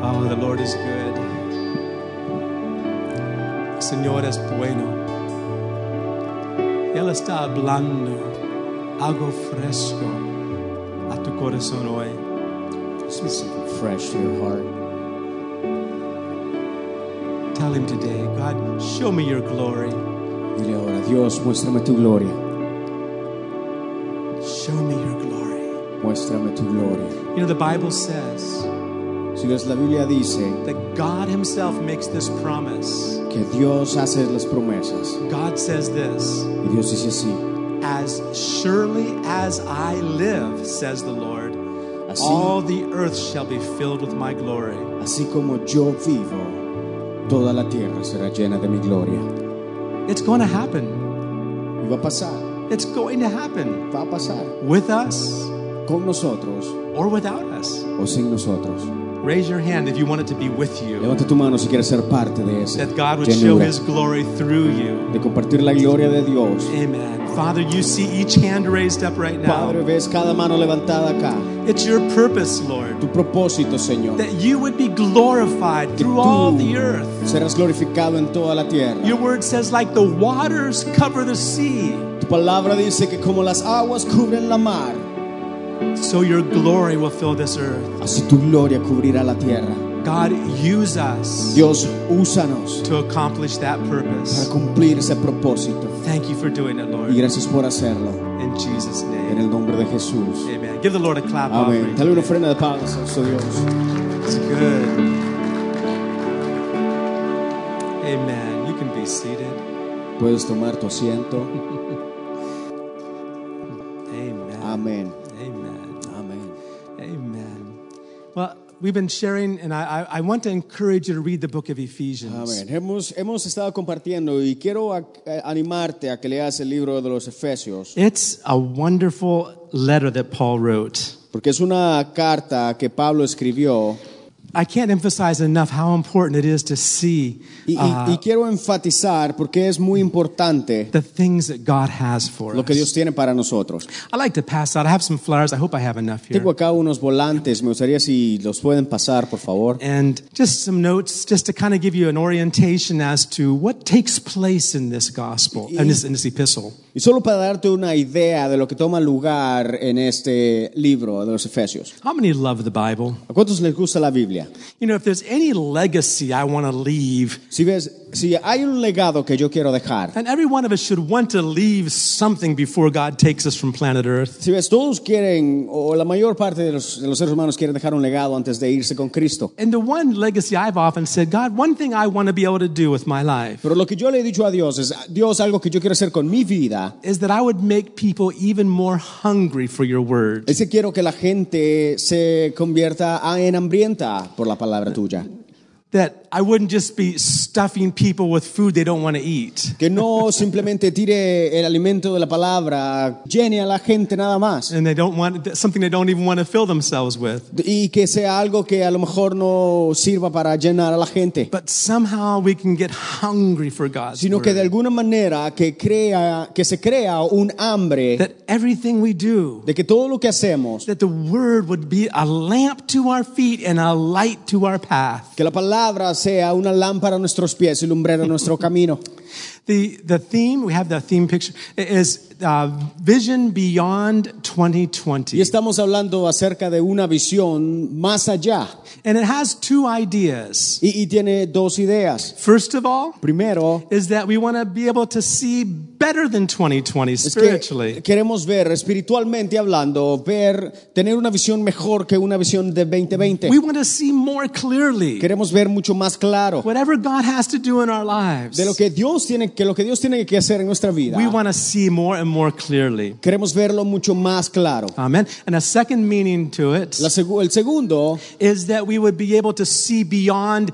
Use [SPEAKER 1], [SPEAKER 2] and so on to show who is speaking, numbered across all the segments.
[SPEAKER 1] Oh, Lord is good. El Señor es bueno. Él está hablando algo fresco a tu corazón hoy.
[SPEAKER 2] Speak something fresh to your heart.
[SPEAKER 1] Tell him today, God, show me your glory.
[SPEAKER 2] Dile ahora, Dios, muéstrame tu gloria.
[SPEAKER 1] Show me your glory.
[SPEAKER 2] Muéstrame tu gloria.
[SPEAKER 1] You know, the Bible says
[SPEAKER 2] Si ves la Biblia dice
[SPEAKER 1] that God Himself makes this promise.
[SPEAKER 2] que Dios hace las promesas.
[SPEAKER 1] God says this
[SPEAKER 2] Y Dios dice así.
[SPEAKER 1] As surely as I live, says the Lord,
[SPEAKER 2] Así,
[SPEAKER 1] all the earth shall be filled with my glory.
[SPEAKER 2] así como yo vivo, toda la tierra será llena de mi gloria.
[SPEAKER 1] It's going to happen.
[SPEAKER 2] Y va a pasar,
[SPEAKER 1] It's going to happen
[SPEAKER 2] va a pasar.
[SPEAKER 1] with us
[SPEAKER 2] Con nosotros
[SPEAKER 1] or without us.
[SPEAKER 2] o sin nosotros.
[SPEAKER 1] Raise your hand if you want it to be with you,
[SPEAKER 2] Levanta tu mano si quieres ser parte de esa
[SPEAKER 1] that God would show
[SPEAKER 2] llenura,
[SPEAKER 1] His glory through you.
[SPEAKER 2] de compartir la gloria de Dios.
[SPEAKER 1] Amen. Father, you see each hand raised up right
[SPEAKER 2] Padre,
[SPEAKER 1] now.
[SPEAKER 2] ves cada mano levantada acá.
[SPEAKER 1] It's your purpose, Lord,
[SPEAKER 2] Tu propósito, Señor,
[SPEAKER 1] that you would be glorified through all the earth.
[SPEAKER 2] serás glorificado en toda la tierra.
[SPEAKER 1] Your word says, like the waters cover the sea,
[SPEAKER 2] Tu palabra dice que como las aguas cubren la mar,
[SPEAKER 1] so your glory will fill this earth.
[SPEAKER 2] así tu gloria cubrirá la tierra.
[SPEAKER 1] God, use us
[SPEAKER 2] Dios, úsanos
[SPEAKER 1] to accomplish that
[SPEAKER 2] para
[SPEAKER 1] purpose.
[SPEAKER 2] cumplir ese propósito.
[SPEAKER 1] Thank you for doing it,
[SPEAKER 2] Y
[SPEAKER 1] Lord.
[SPEAKER 2] gracias por hacerlo.
[SPEAKER 1] In Jesus'
[SPEAKER 2] En
[SPEAKER 1] name.
[SPEAKER 2] el nombre de Jesús.
[SPEAKER 1] Amen. Give the Lord a clap
[SPEAKER 2] Amén.
[SPEAKER 1] offering.
[SPEAKER 2] Dale una ofrenda de palmas a nuestro Dios.
[SPEAKER 1] It's good. Amen. You can be seated.
[SPEAKER 2] Puedes tomar tu asiento.
[SPEAKER 1] Amen.
[SPEAKER 2] Amén.
[SPEAKER 1] Amen.
[SPEAKER 2] Amén.
[SPEAKER 1] Amen. Well, we've been sharing, and I, I, I want to encourage you to read the book of Ephesians.
[SPEAKER 2] Amén. Hemos, hemos estado compartiendo y quiero a- a- animarte a que leas el libro de los Efesios,
[SPEAKER 1] It's a wonderful letter that Paul wrote.
[SPEAKER 2] porque es una carta que Pablo escribió
[SPEAKER 1] I can't emphasize enough how important it is to see
[SPEAKER 2] y, y-
[SPEAKER 1] uh,
[SPEAKER 2] y quiero enfatizar porque es muy importante
[SPEAKER 1] the things that God has for
[SPEAKER 2] lo que Dios
[SPEAKER 1] us.
[SPEAKER 2] tiene para nosotros.
[SPEAKER 1] I like to pass out. I have some flyers. I hope I have enough here.
[SPEAKER 2] Tengo acá unos volantes, me gustaría si los pueden pasar, por favor.
[SPEAKER 1] And just some notes, just to kind of give you an orientation as to what takes place in this gospel, in this, in this epistle.
[SPEAKER 2] Y solo para darte una idea de lo que toma lugar en este libro de los Efesios.
[SPEAKER 1] How many love the Bible?
[SPEAKER 2] ¿A cuántos les gusta la Biblia?
[SPEAKER 1] You know, if there's any legacy I want to leave,
[SPEAKER 2] Si ves, si hay un legado que yo quiero dejar,
[SPEAKER 1] and every one of us should want to leave something before God takes us from planet Earth.
[SPEAKER 2] si ves, todos quieren, o la mayor parte de los, de los seres humanos quieren dejar un legado antes de irse con Cristo.
[SPEAKER 1] And the one legacy I've often said, God, one thing I want to be able to do with my life
[SPEAKER 2] Pero lo que yo le he dicho a Dios es, Dios, algo que yo quiero hacer con mi vida,
[SPEAKER 1] is that I would make people even more hungry for your word.
[SPEAKER 2] es que quiero que la gente se convierta a- en hambrienta por la palabra tuya.
[SPEAKER 1] That I wouldn't just be stuffing people with food they don't want to eat.
[SPEAKER 2] Que no simplemente tire el alimento de la palabra, llene a la gente nada más.
[SPEAKER 1] And they don't want something they don't even want to fill themselves with.
[SPEAKER 2] Y que sea algo que a lo mejor no sirva para llenar a la gente.
[SPEAKER 1] But somehow we can get hungry for God's
[SPEAKER 2] sino que de
[SPEAKER 1] word.
[SPEAKER 2] alguna manera que crea que se crea un hambre
[SPEAKER 1] That everything we do,
[SPEAKER 2] de que todo lo que hacemos
[SPEAKER 1] that the word would be a lamp to our feet and a light to our path.
[SPEAKER 2] que la palabra sea una lámpara a nuestros pies y lumbrera a nuestro camino
[SPEAKER 1] The, the theme, we have the theme picture, is uh, Vision Beyond
[SPEAKER 2] y
[SPEAKER 1] 2020.
[SPEAKER 2] estamos hablando acerca de una visión más allá
[SPEAKER 1] And it has two ideas.
[SPEAKER 2] y, y tiene dos ideas
[SPEAKER 1] First of all,
[SPEAKER 2] primero
[SPEAKER 1] is that we want to be able to see better than 2020
[SPEAKER 2] es que
[SPEAKER 1] spiritually.
[SPEAKER 2] queremos ver espiritualmente hablando ver tener una visión mejor que una visión de 2020
[SPEAKER 1] We want to see more clearly
[SPEAKER 2] queremos ver mucho más claro
[SPEAKER 1] whatever God has to do in our lives.
[SPEAKER 2] de lo que Dios tiene que lo que Dios tiene que hacer en nuestra vida
[SPEAKER 1] We want to see more and more clearly.
[SPEAKER 2] queremos verlo mucho más claro
[SPEAKER 1] Amen. And a second meaning to it
[SPEAKER 2] La segu- el segundo
[SPEAKER 1] is that we would be able to see beyond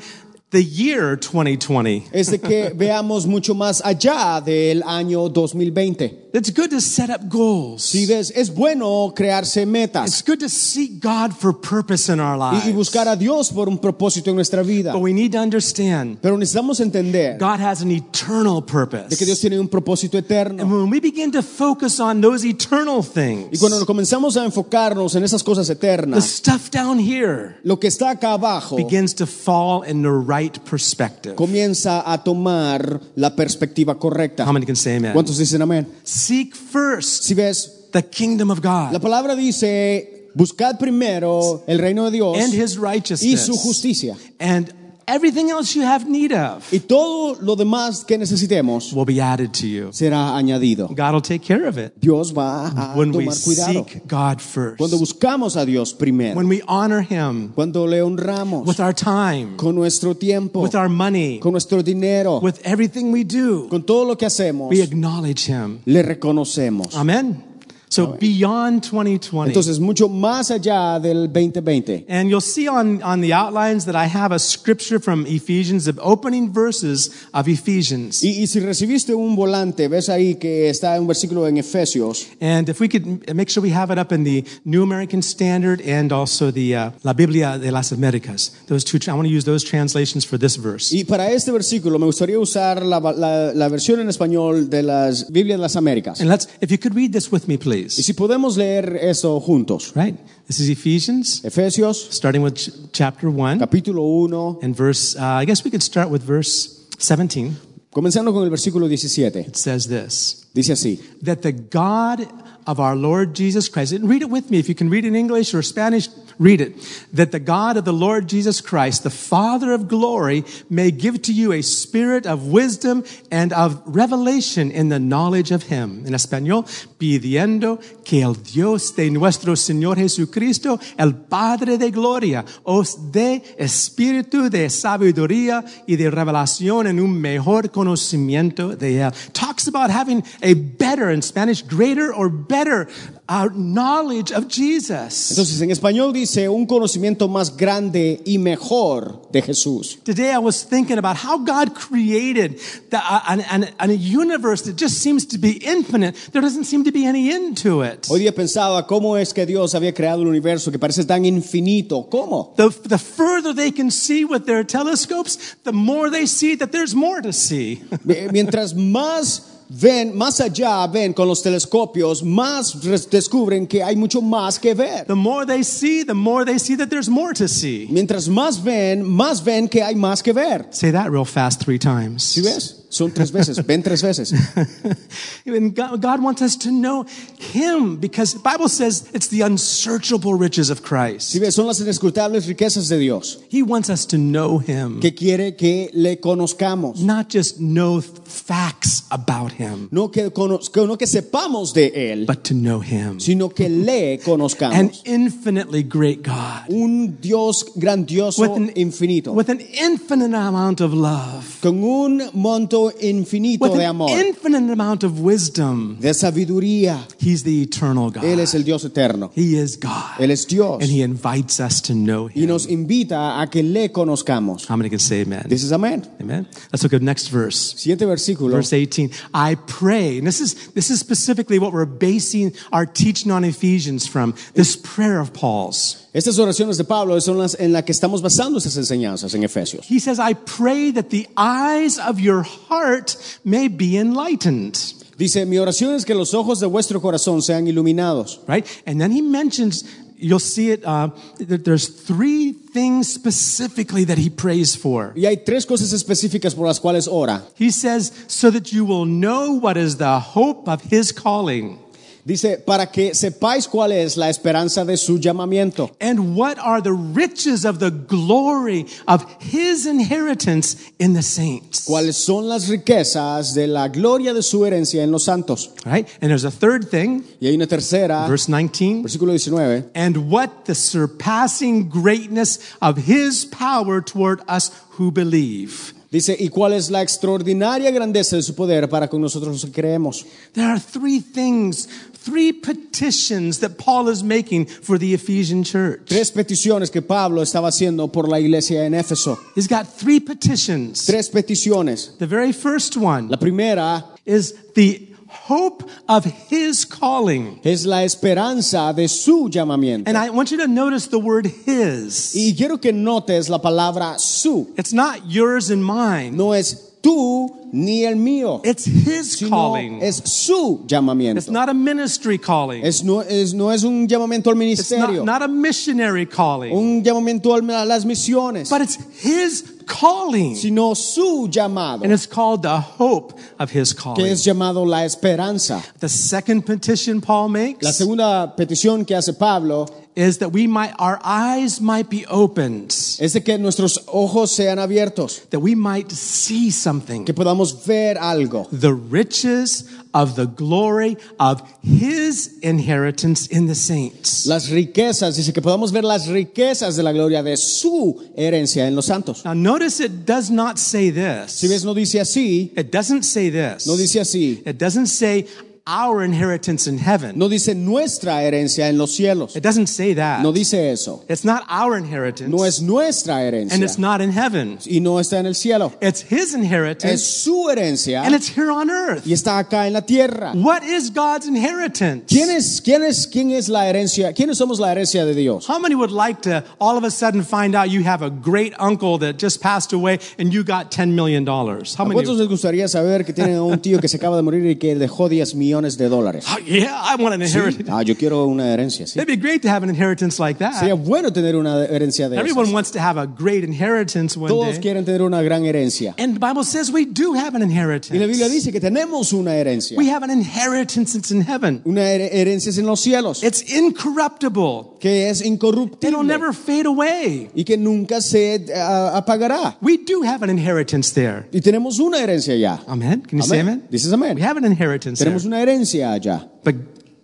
[SPEAKER 1] the year 2020.
[SPEAKER 2] es de que veamos mucho más allá del año 2020.
[SPEAKER 1] It's good to set up goals.
[SPEAKER 2] Si ves, es bueno crearse
[SPEAKER 1] It's
[SPEAKER 2] metas
[SPEAKER 1] good to seek God for purpose in our lives.
[SPEAKER 2] y, y buscar a Dios por un propósito en nuestra vida.
[SPEAKER 1] But we need to understand
[SPEAKER 2] Pero necesitamos entender
[SPEAKER 1] God has an eternal purpose.
[SPEAKER 2] de que Dios tiene un propósito
[SPEAKER 1] And
[SPEAKER 2] eterno.
[SPEAKER 1] when we begin to focus on those eternal
[SPEAKER 2] Y
[SPEAKER 1] things,
[SPEAKER 2] cuando comenzamos a enfocarnos en esas cosas
[SPEAKER 1] the
[SPEAKER 2] eternas,
[SPEAKER 1] stuff down here
[SPEAKER 2] lo que está acá abajo
[SPEAKER 1] begins to fall in the right perspective.
[SPEAKER 2] comienza a tomar la perspectiva correcta.
[SPEAKER 1] How many can say amen?
[SPEAKER 2] ¿Cuántos dicen amén?
[SPEAKER 1] Seek first
[SPEAKER 2] Si ves,
[SPEAKER 1] the kingdom of
[SPEAKER 2] la
[SPEAKER 1] God
[SPEAKER 2] palabra dice, buscad primero el reino de Dios
[SPEAKER 1] and his
[SPEAKER 2] y su
[SPEAKER 1] righteousness
[SPEAKER 2] justicia.
[SPEAKER 1] and everything else you have need of
[SPEAKER 2] Y todo lo demás que necesitemos
[SPEAKER 1] will be added to you.
[SPEAKER 2] será añadido.
[SPEAKER 1] God will take care of it
[SPEAKER 2] Dios va a
[SPEAKER 1] when we
[SPEAKER 2] Ah, tomar cuidado.
[SPEAKER 1] seek God first.
[SPEAKER 2] Cuando buscamos a Dios primero,
[SPEAKER 1] When we honor him
[SPEAKER 2] cuando le honramos
[SPEAKER 1] with our time,
[SPEAKER 2] con nuestro tiempo,
[SPEAKER 1] with our money,
[SPEAKER 2] con nuestro dinero,
[SPEAKER 1] with everything we do,
[SPEAKER 2] con todo lo que hacemos,
[SPEAKER 1] we acknowledge him.
[SPEAKER 2] le reconocemos.
[SPEAKER 1] Amen. So beyond 2020.
[SPEAKER 2] Entonces, mucho más allá del 2020.
[SPEAKER 1] and you'll see on, on the outlines that I have a scripture from Ephesians, the opening verses of Ephesians.
[SPEAKER 2] Y, y si recibiste un volante, ves ahí que está un versículo en Efesios.
[SPEAKER 1] And if we could m- make sure we have it up in the New American Standard and also the uh, La Biblia de las Americas. Those two, tra- I want to use those translations for this verse.
[SPEAKER 2] Y para este versículo me gustaría usar la, la- la versión en español de las Biblias de las Américas.
[SPEAKER 1] And let's, if you could read this with me,
[SPEAKER 2] Y
[SPEAKER 1] please.
[SPEAKER 2] si podemos leer eso juntos.
[SPEAKER 1] Right? This is Ephesians,
[SPEAKER 2] Efesios
[SPEAKER 1] starting with ch- chapter 1
[SPEAKER 2] capítulo 1,
[SPEAKER 1] and verse, uh, I guess we could start with verse 17.
[SPEAKER 2] comenzando con el versículo 17.
[SPEAKER 1] It says this.
[SPEAKER 2] Dice así.
[SPEAKER 1] that the God of our Lord Jesus Christ, and read it with me if you can read it in English or Spanish, read it. That the God of the Lord Jesus Christ, the Father of glory, may give to you a spirit of wisdom and of revelation in the knowledge of Him. In Espanol, pidiendo que el Dios de nuestro Señor Jesucristo, el Padre de gloria, os dé espíritu de sabiduría y de revelación en un mejor conocimiento de Él. Talks about having a better, in Spanish, greater or better uh, knowledge of Jesus.
[SPEAKER 2] Entonces en español dice un conocimiento más grande y mejor de Jesús.
[SPEAKER 1] Today I was thinking about how God created the, uh, an, an, an universe that just seems to be infinite. There doesn't seem to be any end to it.
[SPEAKER 2] Hoy día pensaba cómo es que Dios había creado el universo que parece tan infinito. ¿Cómo?
[SPEAKER 1] The, the further they can see with their telescopes, the more they see that there's more to see.
[SPEAKER 2] Eh, Mientras más ven, más allá ven con los telescopios, más res- descubren que hay mucho más que ver.
[SPEAKER 1] The more they see, the more they see that there's more to see.
[SPEAKER 2] Mientras más ven, más ven que hay más que ver.
[SPEAKER 1] Say that real fast three times.
[SPEAKER 2] ¿Sí ves? Son tres veces, ven tres veces.
[SPEAKER 1] and God, God wants us to know Him because the Bible says it's the unsearchable riches of
[SPEAKER 2] ¿Sí
[SPEAKER 1] Christ.
[SPEAKER 2] ves? Son las inescrutables riquezas de Dios
[SPEAKER 1] He wants us to know Him,
[SPEAKER 2] que quiere que le conozcamos.
[SPEAKER 1] not just know facts about Him,
[SPEAKER 2] no que, conoz- que- no que sepamos de Él,
[SPEAKER 1] but to know Him.
[SPEAKER 2] sino que le
[SPEAKER 1] An
[SPEAKER 2] conozcamos.
[SPEAKER 1] infinitely great God
[SPEAKER 2] Un Dios grandioso,
[SPEAKER 1] With an-
[SPEAKER 2] infinito,
[SPEAKER 1] with an infinite amount of love,
[SPEAKER 2] con un monto infinito
[SPEAKER 1] with
[SPEAKER 2] de
[SPEAKER 1] an
[SPEAKER 2] amor,
[SPEAKER 1] infinite amount of wisdom.
[SPEAKER 2] de sabiduría.
[SPEAKER 1] He's the eternal God.
[SPEAKER 2] Él es el Dios eterno,
[SPEAKER 1] He is God.
[SPEAKER 2] Él es Dios
[SPEAKER 1] And he invites us to know
[SPEAKER 2] y
[SPEAKER 1] him.
[SPEAKER 2] nos invita a que le conozcamos.
[SPEAKER 1] How many can say amen?
[SPEAKER 2] Dices amén.
[SPEAKER 1] amen. Let's look at the next verse.
[SPEAKER 2] Siguiente versículo.
[SPEAKER 1] Verse 18. I pray. And this is this is specifically what we're basing our teaching on Ephesians from. This prayer of Paul's.
[SPEAKER 2] Estas oraciones de Pablo son las en las que estamos basando estas enseñanzas en Efesios.
[SPEAKER 1] He says, I pray that the eyes of your heart may be enlightened.
[SPEAKER 2] Dice, mi oración es que los ojos de vuestro corazón sean iluminados.
[SPEAKER 1] Right? And then he mentions You'll see it. Uh, that there's three things specifically that he prays for.
[SPEAKER 2] Y hay tres cosas específicas por las cuales ora.
[SPEAKER 1] He says, so that you will know what is the hope of his calling.
[SPEAKER 2] Dice, para que sepáis cuál es la esperanza de su llamamiento
[SPEAKER 1] And what are the riches of the glory of his inheritance in the saints?
[SPEAKER 2] cuáles son las riquezas de la gloria de su herencia en los santos.
[SPEAKER 1] Right? And there's a third thing,
[SPEAKER 2] Y hay una tercera,
[SPEAKER 1] verse 19.
[SPEAKER 2] versículo 19,
[SPEAKER 1] And what the surpassing greatness of his power toward us who believe.
[SPEAKER 2] dice, y cuál es la extraordinaria grandeza de su poder para con nosotros los que creemos.
[SPEAKER 1] There are three things, three petitions that Paul is making for the Ephesian church.
[SPEAKER 2] Tres peticiones que Pablo estaba haciendo por la iglesia en Éfeso.
[SPEAKER 1] He's got three petitions.
[SPEAKER 2] Tres peticiones.
[SPEAKER 1] The very first one
[SPEAKER 2] La primera
[SPEAKER 1] is the hope of his calling.
[SPEAKER 2] Es la esperanza de su llamamiento.
[SPEAKER 1] And I want you to notice the word his.
[SPEAKER 2] Y quiero que notes la palabra su.
[SPEAKER 1] It's not yours and mine.
[SPEAKER 2] No es tú ni el mío,
[SPEAKER 1] It's his
[SPEAKER 2] sino
[SPEAKER 1] calling.
[SPEAKER 2] es su
[SPEAKER 1] It's
[SPEAKER 2] llamamiento.
[SPEAKER 1] not a ministry calling.
[SPEAKER 2] Es no, es, no es un llamamiento al
[SPEAKER 1] It's not,
[SPEAKER 2] ministerio,
[SPEAKER 1] not a missionary calling.
[SPEAKER 2] un llamamiento al- a las misiones,
[SPEAKER 1] But it's his calling.
[SPEAKER 2] sino su llamado,
[SPEAKER 1] And it's called the hope of his calling.
[SPEAKER 2] que es llamado la esperanza.
[SPEAKER 1] The second petition Paul
[SPEAKER 2] La
[SPEAKER 1] makes
[SPEAKER 2] segunda petición que hace Pablo
[SPEAKER 1] is that we might our eyes might be opened,
[SPEAKER 2] es de que nuestros ojos sean abiertos,
[SPEAKER 1] that we might see something.
[SPEAKER 2] que podamos ver algo,
[SPEAKER 1] The riches of the glory of his inheritance in the saints.
[SPEAKER 2] las riquezas, dice que podamos ver las riquezas de la gloria de su herencia en los santos.
[SPEAKER 1] Now notice it does not say
[SPEAKER 2] Si ves,
[SPEAKER 1] this.
[SPEAKER 2] no dice así,
[SPEAKER 1] It doesn't say this.
[SPEAKER 2] no dice así,
[SPEAKER 1] It doesn't say our inheritance in heaven.
[SPEAKER 2] no dice nuestra herencia en los cielos,
[SPEAKER 1] It doesn't say that.
[SPEAKER 2] no dice eso,
[SPEAKER 1] It's not our
[SPEAKER 2] no
[SPEAKER 1] inheritance
[SPEAKER 2] es nuestra
[SPEAKER 1] and it's
[SPEAKER 2] herencia
[SPEAKER 1] not in heaven.
[SPEAKER 2] y no está en el cielo,
[SPEAKER 1] It's his
[SPEAKER 2] es
[SPEAKER 1] inheritance
[SPEAKER 2] su herencia
[SPEAKER 1] and it's here on earth.
[SPEAKER 2] y está acá en la tierra.
[SPEAKER 1] What is God's inheritance?
[SPEAKER 2] ¿Quién es, quién es, quién es la herencia? ¿Quiénes somos la herencia de Dios?
[SPEAKER 1] How many would like to all of a sudden find out you have a great uncle that just passed away and you got $10 million? How
[SPEAKER 2] ¿A
[SPEAKER 1] many?
[SPEAKER 2] cuántos les gustaría saber que tienen a un tío que se acaba de morir y que dejó 10 millones de dólares?
[SPEAKER 1] Oh, yeah, I want an inheritance.
[SPEAKER 2] Ah, yo quiero una herencia, sí.
[SPEAKER 1] It'd be great to have an inheritance like
[SPEAKER 2] Sería
[SPEAKER 1] that.
[SPEAKER 2] bueno tener una herencia de esas.
[SPEAKER 1] Everyone wants to have a great inheritance
[SPEAKER 2] Todos
[SPEAKER 1] one day.
[SPEAKER 2] quieren tener una gran herencia.
[SPEAKER 1] And the Bible says we do have an
[SPEAKER 2] Y la Biblia
[SPEAKER 1] inheritance.
[SPEAKER 2] dice que tenemos una herencia.
[SPEAKER 1] We have an inheritance that's in heaven.
[SPEAKER 2] Una her- herencia es en los cielos,
[SPEAKER 1] It's incorruptible.
[SPEAKER 2] que es
[SPEAKER 1] It'll
[SPEAKER 2] incorruptible
[SPEAKER 1] never fade away.
[SPEAKER 2] y que nunca se ah, apagará.
[SPEAKER 1] We do have an inheritance there.
[SPEAKER 2] Y tenemos una herencia ya.
[SPEAKER 1] Amen. Can you say amen?
[SPEAKER 2] Dices
[SPEAKER 1] Ah, We
[SPEAKER 2] amén.
[SPEAKER 1] have an inheritance there.
[SPEAKER 2] Tenemos una herencia allá.
[SPEAKER 1] But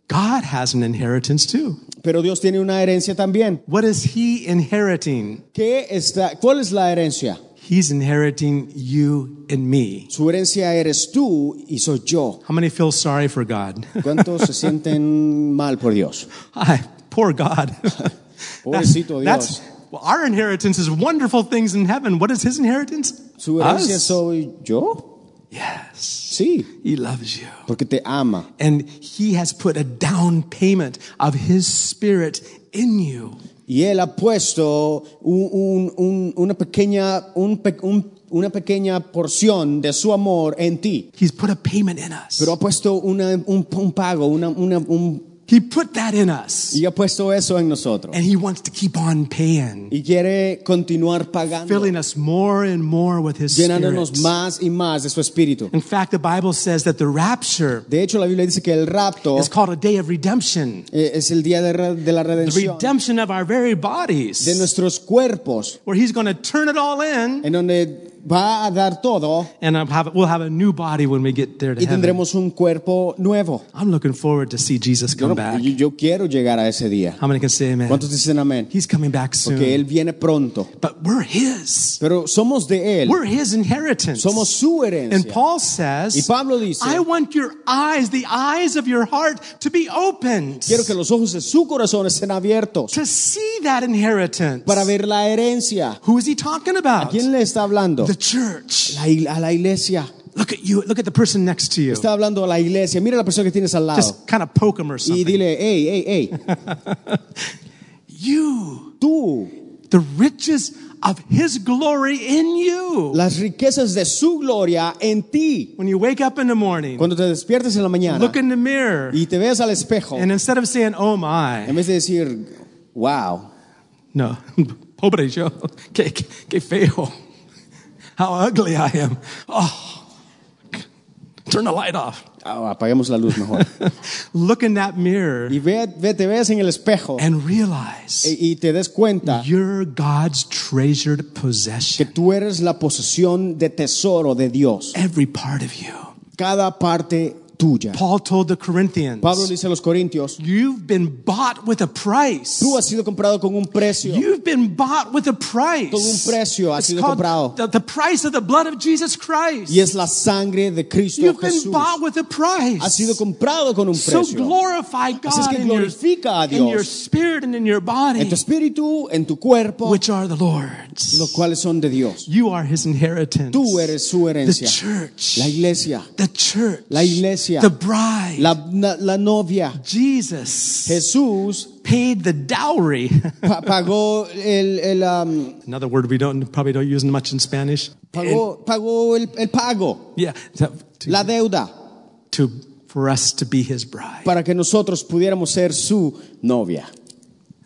[SPEAKER 1] God has an inheritance too.
[SPEAKER 2] Pero Dios tiene una herencia también.
[SPEAKER 1] What is He inheriting?
[SPEAKER 2] ¿Qué está, ¿Cuál es la herencia?
[SPEAKER 1] He's inheriting you and me.
[SPEAKER 2] Su herencia eres tú y soy yo.
[SPEAKER 1] How many feel sorry for God?
[SPEAKER 2] ¿Cuántos se sienten mal por Dios?
[SPEAKER 1] I, poor God.
[SPEAKER 2] Pobrecito
[SPEAKER 1] That's-
[SPEAKER 2] Dios.
[SPEAKER 1] well, our inheritance is wonderful things in heaven. What is His inheritance?
[SPEAKER 2] ¿Su herencia
[SPEAKER 1] Us?
[SPEAKER 2] soy yo?
[SPEAKER 1] Yes.
[SPEAKER 2] Sí,
[SPEAKER 1] He loves you.
[SPEAKER 2] porque te ama.
[SPEAKER 1] And He has put a down payment of His Spirit in you.
[SPEAKER 2] Y Él ha puesto un- un- un- una, pequeña, un pe- un- una pequeña porción de su amor en ti.
[SPEAKER 1] He's put a payment in us.
[SPEAKER 2] Pero ha puesto una- un, un pago, una, una- un-
[SPEAKER 1] He put that in us.
[SPEAKER 2] y ha puesto eso en nosotros.
[SPEAKER 1] And He wants to keep on paying.
[SPEAKER 2] Y quiere continuar pagando,
[SPEAKER 1] filling us more and more with his
[SPEAKER 2] llenándonos
[SPEAKER 1] spirit.
[SPEAKER 2] más y más de su espíritu.
[SPEAKER 1] In fact, the Bible says that the rapture
[SPEAKER 2] De hecho, la Biblia dice que el rapto
[SPEAKER 1] is called a day of redemption.
[SPEAKER 2] Eh, es el día de, re- de la
[SPEAKER 1] The
[SPEAKER 2] redención
[SPEAKER 1] redemption of our very
[SPEAKER 2] de
[SPEAKER 1] bodies,
[SPEAKER 2] nuestros cuerpos,
[SPEAKER 1] where he's going to turn it all in,
[SPEAKER 2] en donde va a dar todo
[SPEAKER 1] and I'll have, we'll have a new body when we get there to
[SPEAKER 2] y
[SPEAKER 1] heaven.
[SPEAKER 2] tendremos un cuerpo nuevo.
[SPEAKER 1] I'm looking forward to see Jesus
[SPEAKER 2] Yo,
[SPEAKER 1] come
[SPEAKER 2] no-
[SPEAKER 1] back.
[SPEAKER 2] yo- yo quiero llegar a ese día.
[SPEAKER 1] How many can say amen?
[SPEAKER 2] ¿Cuántos dicen amén?
[SPEAKER 1] He's coming back
[SPEAKER 2] Que
[SPEAKER 1] soon.
[SPEAKER 2] Él viene pronto,
[SPEAKER 1] But we're his.
[SPEAKER 2] pero somos de Él,
[SPEAKER 1] We're his inheritance.
[SPEAKER 2] somos su
[SPEAKER 1] And
[SPEAKER 2] herencia.
[SPEAKER 1] Paul
[SPEAKER 2] Y
[SPEAKER 1] says,
[SPEAKER 2] Pablo dice,
[SPEAKER 1] I want your eyes, the eyes of your heart, to be opened
[SPEAKER 2] quiero que los ojos de su corazón estén abiertos
[SPEAKER 1] to see that inheritance.
[SPEAKER 2] para ver la herencia.
[SPEAKER 1] Who is he talking about?
[SPEAKER 2] ¿Quién le está hablando?
[SPEAKER 1] The church.
[SPEAKER 2] La ig- a la iglesia.
[SPEAKER 1] Look at you. Look at the person next to you.
[SPEAKER 2] Está hablando a la iglesia. Mira a la persona que tienes al lado
[SPEAKER 1] Just kind of poke him or
[SPEAKER 2] y
[SPEAKER 1] something.
[SPEAKER 2] dile, hey, hey, hey,
[SPEAKER 1] You,
[SPEAKER 2] tú,
[SPEAKER 1] the riches of his glory in you.
[SPEAKER 2] las riquezas de su gloria en ti.
[SPEAKER 1] When you wake up in the morning,
[SPEAKER 2] Cuando te despiertes en la mañana
[SPEAKER 1] look in the mirror,
[SPEAKER 2] y te veas al espejo,
[SPEAKER 1] and
[SPEAKER 2] en
[SPEAKER 1] instead of saying, oh my,
[SPEAKER 2] vez de decir, wow,
[SPEAKER 1] no, pobre yo, que, que feo, how ugly I am. Oh, turn the light off.
[SPEAKER 2] ah, apagamos la luz mejor.
[SPEAKER 1] Look in that mirror
[SPEAKER 2] y ve, ve- te veas en el espejo e,
[SPEAKER 1] and realize
[SPEAKER 2] y, y te des cuenta
[SPEAKER 1] you're God's treasured possession.
[SPEAKER 2] que tú eres la posesión de tesoro de Dios,
[SPEAKER 1] every part of you.
[SPEAKER 2] cada parte tuya.
[SPEAKER 1] Paul told the Corinthians,
[SPEAKER 2] Pablo dice a los corintios,
[SPEAKER 1] You've been bought with a price.
[SPEAKER 2] tú has sido comprado con un precio.
[SPEAKER 1] You've been bought with a price.
[SPEAKER 2] Con un precio has
[SPEAKER 1] It's
[SPEAKER 2] sido
[SPEAKER 1] called
[SPEAKER 2] comprado.
[SPEAKER 1] The, the price of the blood of Jesus Christ.
[SPEAKER 2] Y es la sangre de Cristo
[SPEAKER 1] You've been
[SPEAKER 2] Jesús.
[SPEAKER 1] bought with a price.
[SPEAKER 2] Has sido comprado con un
[SPEAKER 1] so
[SPEAKER 2] precio.
[SPEAKER 1] glorify God
[SPEAKER 2] es que
[SPEAKER 1] in, your,
[SPEAKER 2] glorifica a
[SPEAKER 1] in your
[SPEAKER 2] Dios.
[SPEAKER 1] spirit and in your body,
[SPEAKER 2] En tu espíritu, en tu cuerpo,
[SPEAKER 1] which are the Lord's.
[SPEAKER 2] los cuales son de Dios.
[SPEAKER 1] you are his inheritance.
[SPEAKER 2] Tú eres su
[SPEAKER 1] the
[SPEAKER 2] herencia.
[SPEAKER 1] church.
[SPEAKER 2] La iglesia.
[SPEAKER 1] the church.
[SPEAKER 2] La iglesia,
[SPEAKER 1] the bride.
[SPEAKER 2] la, na- la novia.
[SPEAKER 1] Jesus
[SPEAKER 2] Jesús
[SPEAKER 1] paid the dowry.
[SPEAKER 2] pa- pagó el, el, um,
[SPEAKER 1] Another word we don't probably don't use much in Spanish.
[SPEAKER 2] pagó, pagó el, el pago,
[SPEAKER 1] Yeah, to, to-
[SPEAKER 2] la deuda,
[SPEAKER 1] to- for us to be His bride.
[SPEAKER 2] para que nosotros pudiéramos ser su novia.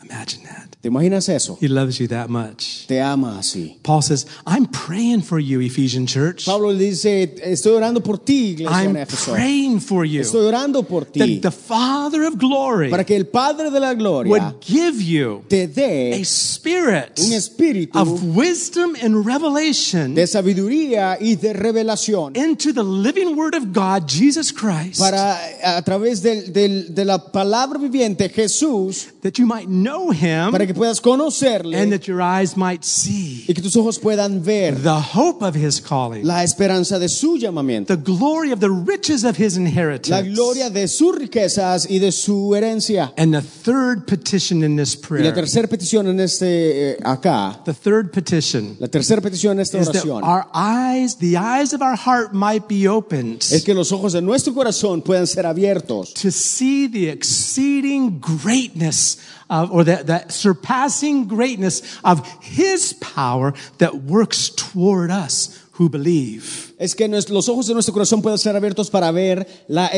[SPEAKER 1] Imagine that.
[SPEAKER 2] ¿Te imaginas eso?
[SPEAKER 1] He loves you that much.
[SPEAKER 2] Te ama así.
[SPEAKER 1] Paul says, "I'm praying for you, Ephesian church.
[SPEAKER 2] Pablo le dice, estoy orando por ti, iglesia en
[SPEAKER 1] I'm
[SPEAKER 2] Éfeso.
[SPEAKER 1] praying for you
[SPEAKER 2] Estoy orando por ti,
[SPEAKER 1] that the Father of glory
[SPEAKER 2] para que el Padre de la Gloria
[SPEAKER 1] would give you
[SPEAKER 2] te
[SPEAKER 1] a
[SPEAKER 2] dé
[SPEAKER 1] spirit
[SPEAKER 2] un espíritu
[SPEAKER 1] of wisdom and revelation
[SPEAKER 2] de sabiduría y de revelación
[SPEAKER 1] into the living Word of God, Jesus Christ,
[SPEAKER 2] para a través del- del- de la palabra viviente Jesús
[SPEAKER 1] that you might know Him
[SPEAKER 2] para que puedas
[SPEAKER 1] and
[SPEAKER 2] conocerle
[SPEAKER 1] that your eyes might see
[SPEAKER 2] y que tus ojos puedan ver
[SPEAKER 1] the hope of His calling,
[SPEAKER 2] la esperanza de su llamamiento
[SPEAKER 1] the glory of the riches of His
[SPEAKER 2] la
[SPEAKER 1] inheritance."
[SPEAKER 2] gloria de sus riquezas y de su herencia
[SPEAKER 1] And the third petition in this
[SPEAKER 2] y la
[SPEAKER 1] prayer,
[SPEAKER 2] tercera petición en este eh, acá
[SPEAKER 1] the third petition
[SPEAKER 2] la tercera petición en esta
[SPEAKER 1] is that
[SPEAKER 2] oración
[SPEAKER 1] our eyes, the eyes of our heart might be opened
[SPEAKER 2] es que los ojos de nuestro corazón puedan ser abiertos
[SPEAKER 1] to see the exceeding greatness of, or the, the surpassing greatness of His power that works toward us who believe.
[SPEAKER 2] es que nues- los ojos de nuestro corazón puedan ser abiertos para ver la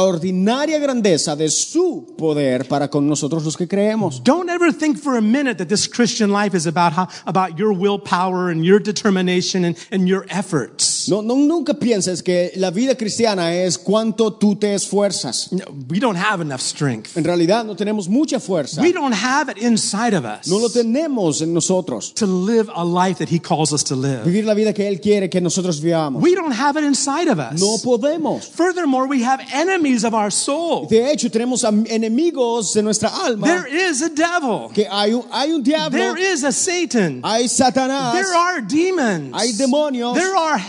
[SPEAKER 2] extraordinaria grandeza de su poder para con nosotros los que creemos
[SPEAKER 1] Don't ever think for a minute that this Christian life is about how, about your willpower and your determination and, and your efforts.
[SPEAKER 2] No, no, nunca pienses que la vida cristiana es cuánto tú te esfuerzas.
[SPEAKER 1] No, we don't have enough strength.
[SPEAKER 2] En realidad no tenemos mucha fuerza.
[SPEAKER 1] We don't have it inside of us.
[SPEAKER 2] No lo tenemos en nosotros.
[SPEAKER 1] to live a life that he calls us to live.
[SPEAKER 2] Vivir la vida que Él quiere que nosotros vivamos.
[SPEAKER 1] We don't have it inside of us.
[SPEAKER 2] No podemos.
[SPEAKER 1] Furthermore, we have enemies of our soul.
[SPEAKER 2] De hecho, tenemos am- enemigos de nuestra
[SPEAKER 1] There
[SPEAKER 2] alma.
[SPEAKER 1] is a devil.
[SPEAKER 2] Que hay un, hay un diablo,
[SPEAKER 1] There is a Satan.
[SPEAKER 2] hay
[SPEAKER 1] There
[SPEAKER 2] Satanás,
[SPEAKER 1] are demons.
[SPEAKER 2] hay Ah, demonios.
[SPEAKER 1] There are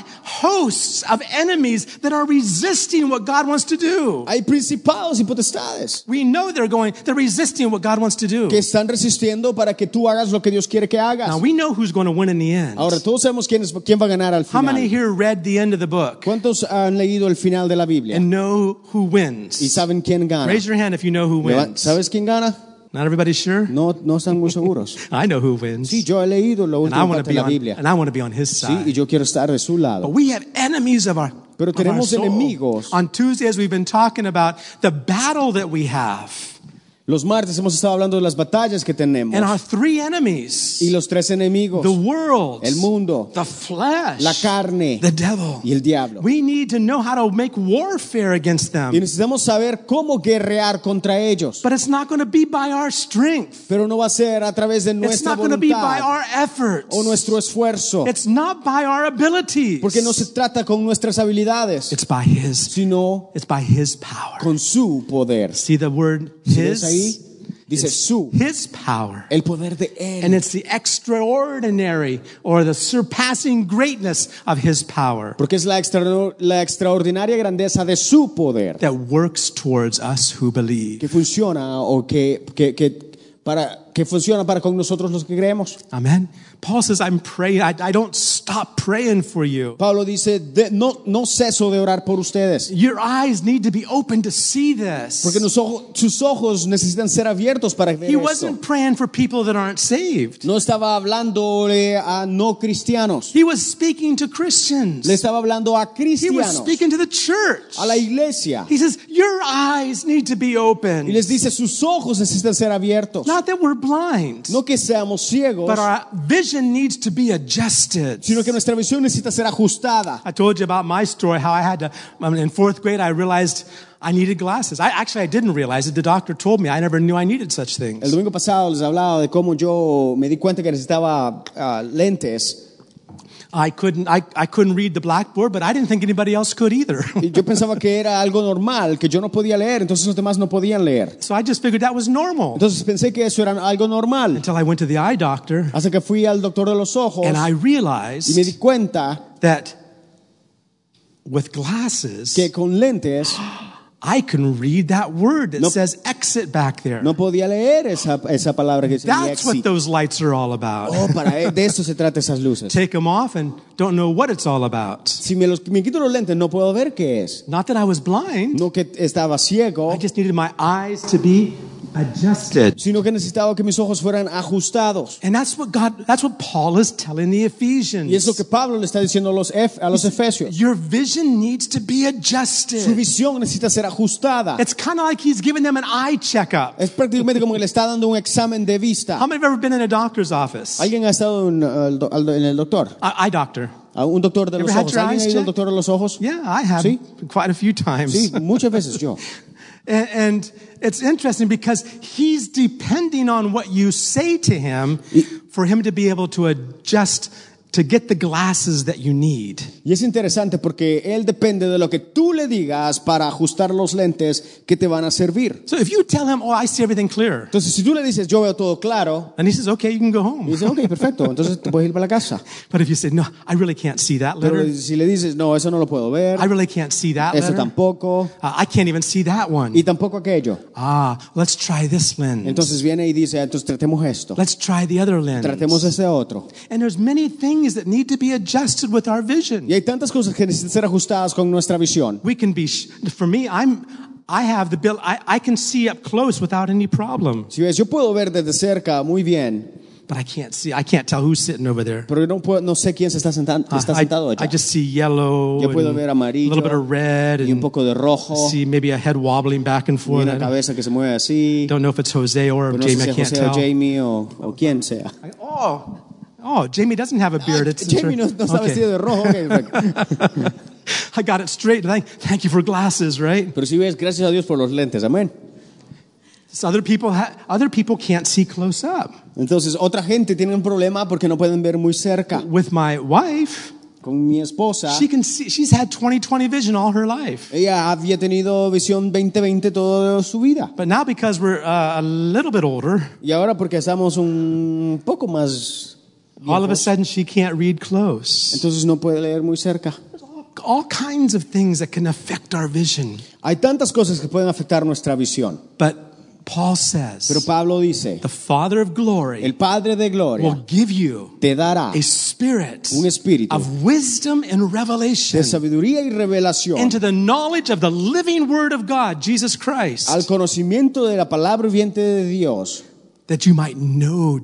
[SPEAKER 1] hosts of enemies that are resisting what God wants to do.
[SPEAKER 2] hay principados y potestades
[SPEAKER 1] We know they're going, they're resisting what God wants to do.
[SPEAKER 2] que están resistiendo para que tú hagas lo que Dios quiere que hagas.
[SPEAKER 1] Now we know who's going to win in the end.
[SPEAKER 2] Ahora, todos sabemos quién, es- quién va a ganar al
[SPEAKER 1] How many
[SPEAKER 2] final.
[SPEAKER 1] here read the end of the book
[SPEAKER 2] ¿Cuántos han leído el final de la Biblia
[SPEAKER 1] and know who
[SPEAKER 2] y
[SPEAKER 1] wins?
[SPEAKER 2] saben quién gana?
[SPEAKER 1] Raise your hand if you know who
[SPEAKER 2] Leva-
[SPEAKER 1] wins.
[SPEAKER 2] ¿Sabes quién gana?
[SPEAKER 1] Not everybody sure?
[SPEAKER 2] No, no están muy seguros.
[SPEAKER 1] I know who wins.
[SPEAKER 2] Sí, yo he leído lo
[SPEAKER 1] and I
[SPEAKER 2] último
[SPEAKER 1] want
[SPEAKER 2] parte
[SPEAKER 1] to
[SPEAKER 2] de
[SPEAKER 1] be
[SPEAKER 2] la
[SPEAKER 1] on,
[SPEAKER 2] Biblia.
[SPEAKER 1] and I want to be on his
[SPEAKER 2] Sí, y
[SPEAKER 1] side.
[SPEAKER 2] yo quiero estar de su
[SPEAKER 1] But
[SPEAKER 2] lado.
[SPEAKER 1] we have enemies of our
[SPEAKER 2] Pero
[SPEAKER 1] of our
[SPEAKER 2] tenemos
[SPEAKER 1] soul.
[SPEAKER 2] enemigos.
[SPEAKER 1] On Tuesdays we've been talking about the battle that we have.
[SPEAKER 2] Los martes hemos estado hablando de las batallas que tenemos
[SPEAKER 1] And our three
[SPEAKER 2] y
[SPEAKER 1] enemies.
[SPEAKER 2] los tres enemigos,
[SPEAKER 1] The world.
[SPEAKER 2] el mundo,
[SPEAKER 1] The flesh.
[SPEAKER 2] la carne
[SPEAKER 1] The devil.
[SPEAKER 2] y el diablo.
[SPEAKER 1] We need to know how to make warfare against them.
[SPEAKER 2] Y necesitamos saber cómo guerrear contra ellos.
[SPEAKER 1] But it's not going to be by our strength.
[SPEAKER 2] Pero no va a ser a través de
[SPEAKER 1] It's
[SPEAKER 2] nuestra
[SPEAKER 1] not going to be by
[SPEAKER 2] voluntad
[SPEAKER 1] our efforts.
[SPEAKER 2] o nuestro esfuerzo,
[SPEAKER 1] It's not by our abilities.
[SPEAKER 2] porque no se trata con nuestras habilidades,
[SPEAKER 1] It's by his.
[SPEAKER 2] sino
[SPEAKER 1] It's by his power.
[SPEAKER 2] con su poder.
[SPEAKER 1] See the word
[SPEAKER 2] Si
[SPEAKER 1] his?
[SPEAKER 2] ves ahí, dice
[SPEAKER 1] It's
[SPEAKER 2] su,
[SPEAKER 1] His power.
[SPEAKER 2] el poder de él.
[SPEAKER 1] And it's the extraordinary or the surpassing greatness of his power
[SPEAKER 2] Porque es la, extraor- la extraordinaria grandeza de su poder
[SPEAKER 1] that works towards us who believe.
[SPEAKER 2] que funciona o que, que, que, para, que funciona para con nosotros los que creemos.
[SPEAKER 1] Amen. Paul says, I'm praying. I, I don't stop praying for you.
[SPEAKER 2] Pablo dice, "De- no, no ceso de orar por ustedes,
[SPEAKER 1] Your eyes need to be open to see this.
[SPEAKER 2] porque nos ojo- sus ojos necesitan ser abiertos para ver
[SPEAKER 1] he
[SPEAKER 2] esto.
[SPEAKER 1] wasn't praying for people that aren't saved.
[SPEAKER 2] No estaba hablándole a no cristianos,
[SPEAKER 1] He was speaking to Christians.
[SPEAKER 2] le estaba hablando a
[SPEAKER 1] he was
[SPEAKER 2] cristianos,
[SPEAKER 1] speaking to the church.
[SPEAKER 2] a la iglesia,
[SPEAKER 1] He says, Your eyes need to be
[SPEAKER 2] y
[SPEAKER 1] open.
[SPEAKER 2] les dice, sus ojos necesitan ser abiertos.
[SPEAKER 1] Not that we're blind.
[SPEAKER 2] No que seamos ciegos,
[SPEAKER 1] But our vision needs to be adjusted.
[SPEAKER 2] sino que nuestra visión necesita ser ajustada.
[SPEAKER 1] I told you about my story, how I had to, I mean, in fourth grade, I realized I needed glasses. I actually, I didn't realize it. The doctor told me. I never knew I needed such
[SPEAKER 2] El
[SPEAKER 1] things.
[SPEAKER 2] domingo pasado les hablaba de cómo yo me di cuenta que necesitaba ah, lentes.
[SPEAKER 1] I couldn't, I, I couldn't read the blackboard, but I didn't think anybody else could either.
[SPEAKER 2] Y yo pensaba que era algo normal, que yo no podía leer, entonces los demás no podían leer.
[SPEAKER 1] so I just figured that was normal
[SPEAKER 2] Entonces pensé que eso era algo normal.
[SPEAKER 1] until I went to the eye doctor
[SPEAKER 2] Hasta que fui al doctor de los ojos
[SPEAKER 1] and I
[SPEAKER 2] y me di
[SPEAKER 1] realized
[SPEAKER 2] cuenta
[SPEAKER 1] that with
[SPEAKER 2] que
[SPEAKER 1] glasses,
[SPEAKER 2] con lentes
[SPEAKER 1] I can read that word that
[SPEAKER 2] No.
[SPEAKER 1] says exit back there.
[SPEAKER 2] No podía leer esa, esa palabra que decía
[SPEAKER 1] That's what
[SPEAKER 2] exit.
[SPEAKER 1] those lights are all about.
[SPEAKER 2] Oh, para de eso se trata esas luces.
[SPEAKER 1] Take them off and don't know what it's all about.
[SPEAKER 2] Si me, los, me quito los lentes no puedo ver qué es.
[SPEAKER 1] Not that I was blind,
[SPEAKER 2] No que estaba ciego,
[SPEAKER 1] I just needed my eyes to be adjusted.
[SPEAKER 2] sino que necesitaba que mis ojos fueran ajustados.
[SPEAKER 1] And that's what God, that's what Paul is telling the Ephesians.
[SPEAKER 2] Y es lo que Pablo le está diciendo a los, Ef- a los efesios.
[SPEAKER 1] Your vision needs to be
[SPEAKER 2] Su
[SPEAKER 1] adjusted.
[SPEAKER 2] visión necesita ser ajustada.
[SPEAKER 1] It's kind of like he's giving them an eye checkup.
[SPEAKER 2] Es prácticamente como que le está dando un examen de vista.
[SPEAKER 1] How many have ever been in a doctor's office?
[SPEAKER 2] ¿Alguien ha estado en, eh, al do- al- en el doctor?
[SPEAKER 1] Eye eye doctor.
[SPEAKER 2] ¿A un doctor de
[SPEAKER 1] Ever
[SPEAKER 2] los
[SPEAKER 1] had
[SPEAKER 2] ojos?
[SPEAKER 1] your
[SPEAKER 2] ¿Alguien
[SPEAKER 1] eyes
[SPEAKER 2] ha ido
[SPEAKER 1] checked?
[SPEAKER 2] al doctor de los ojos?
[SPEAKER 1] Yeah, I have
[SPEAKER 2] Sí.
[SPEAKER 1] quite a few times.
[SPEAKER 2] Sí, muchas veces yo.
[SPEAKER 1] And, and it's interesting because he's depending on what you say to him for him to be able to adjust to get the glasses that you need.
[SPEAKER 2] Y es interesante porque él depende de lo que tú le digas para ajustar los lentes que te van a servir.
[SPEAKER 1] So if you tell him, "Oh, I see everything clear,"
[SPEAKER 2] Entonces, si tú le dices, yo veo todo claro,
[SPEAKER 1] and he says, "Okay, you can go
[SPEAKER 2] y
[SPEAKER 1] home,"
[SPEAKER 2] dice, ok, perfecto, entonces te puedes ir para la casa.
[SPEAKER 1] but if you say, "No, I really can't see that
[SPEAKER 2] Pero
[SPEAKER 1] letter.
[SPEAKER 2] si le dices, no, eso no lo puedo ver,
[SPEAKER 1] I really can't see that
[SPEAKER 2] eso
[SPEAKER 1] letter. Uh,
[SPEAKER 2] tampoco,
[SPEAKER 1] I can't even see that one."
[SPEAKER 2] y tampoco aquello.
[SPEAKER 1] Ah, let's try this lens.
[SPEAKER 2] Entonces viene y dice, "Ah, entonces tratemos esto,
[SPEAKER 1] Let's try the other
[SPEAKER 2] tratemos
[SPEAKER 1] lens.
[SPEAKER 2] este otro.
[SPEAKER 1] And there's many things that need to be adjusted with our vision.
[SPEAKER 2] Y hay tantas cosas que necesitan ser ajustadas con nuestra visión.
[SPEAKER 1] we can be sh- for me i'm i have the bill I, I can see up close without any problem
[SPEAKER 2] Si ves, yo puedo ver desde cerca muy bien,
[SPEAKER 1] but i can't see i can't tell who's sitting over there
[SPEAKER 2] pero yo no, puedo, no sé quién se está, sentando, está
[SPEAKER 1] I,
[SPEAKER 2] sentado allá.
[SPEAKER 1] I just see yellow
[SPEAKER 2] Yo puedo
[SPEAKER 1] and
[SPEAKER 2] ver amarillo
[SPEAKER 1] a little bit of red
[SPEAKER 2] y un
[SPEAKER 1] and
[SPEAKER 2] poco de rojo,
[SPEAKER 1] see maybe a head wobbling back and
[SPEAKER 2] y
[SPEAKER 1] forth
[SPEAKER 2] una
[SPEAKER 1] i
[SPEAKER 2] cabeza que se mueve así,
[SPEAKER 1] don't know if it's jose or
[SPEAKER 2] pero no sé
[SPEAKER 1] jamie
[SPEAKER 2] si
[SPEAKER 1] i
[SPEAKER 2] es
[SPEAKER 1] can't
[SPEAKER 2] José o
[SPEAKER 1] tell
[SPEAKER 2] Jamie o, o quién sea.
[SPEAKER 1] I- oh oh jamie doesn't have a beard it's it's-
[SPEAKER 2] Jamie no, no está
[SPEAKER 1] okay.
[SPEAKER 2] vestido de rojo, ok, perfecto.
[SPEAKER 1] i got it straight thank, thank you for glasses right
[SPEAKER 2] pero si ves, gracias a Dios por los lentes, amén.
[SPEAKER 1] so other people ha- other people can't see close up
[SPEAKER 2] Entonces, otra gente tiene un problema porque no pueden ver muy cerca.
[SPEAKER 1] with my wife
[SPEAKER 2] Con mi esposa,
[SPEAKER 1] she can see she's had 20/20 vision all her life
[SPEAKER 2] ella había tenido visión 20-20 toda su vida.
[SPEAKER 1] But now, because we're uh, a little bit older,
[SPEAKER 2] Y ahora porque estamos un poco más,
[SPEAKER 1] all of a sudden she can't read close.
[SPEAKER 2] entonces no puede leer muy cerca.
[SPEAKER 1] All kinds of things that can affect our vision.
[SPEAKER 2] Hay tantas cosas que pueden afectar nuestra visión.
[SPEAKER 1] But Paul
[SPEAKER 2] Pero
[SPEAKER 1] says
[SPEAKER 2] Pablo dice,
[SPEAKER 1] the Father of glory
[SPEAKER 2] el Padre de
[SPEAKER 1] will
[SPEAKER 2] Gloria
[SPEAKER 1] give you
[SPEAKER 2] te dará
[SPEAKER 1] a spirit
[SPEAKER 2] un espíritu
[SPEAKER 1] of wisdom and
[SPEAKER 2] de
[SPEAKER 1] revelation
[SPEAKER 2] sabiduría y revelación
[SPEAKER 1] into the knowledge of the living Word of God, Jesus
[SPEAKER 2] al
[SPEAKER 1] Christ,
[SPEAKER 2] conocimiento de la palabra viviente de Dios
[SPEAKER 1] that you might know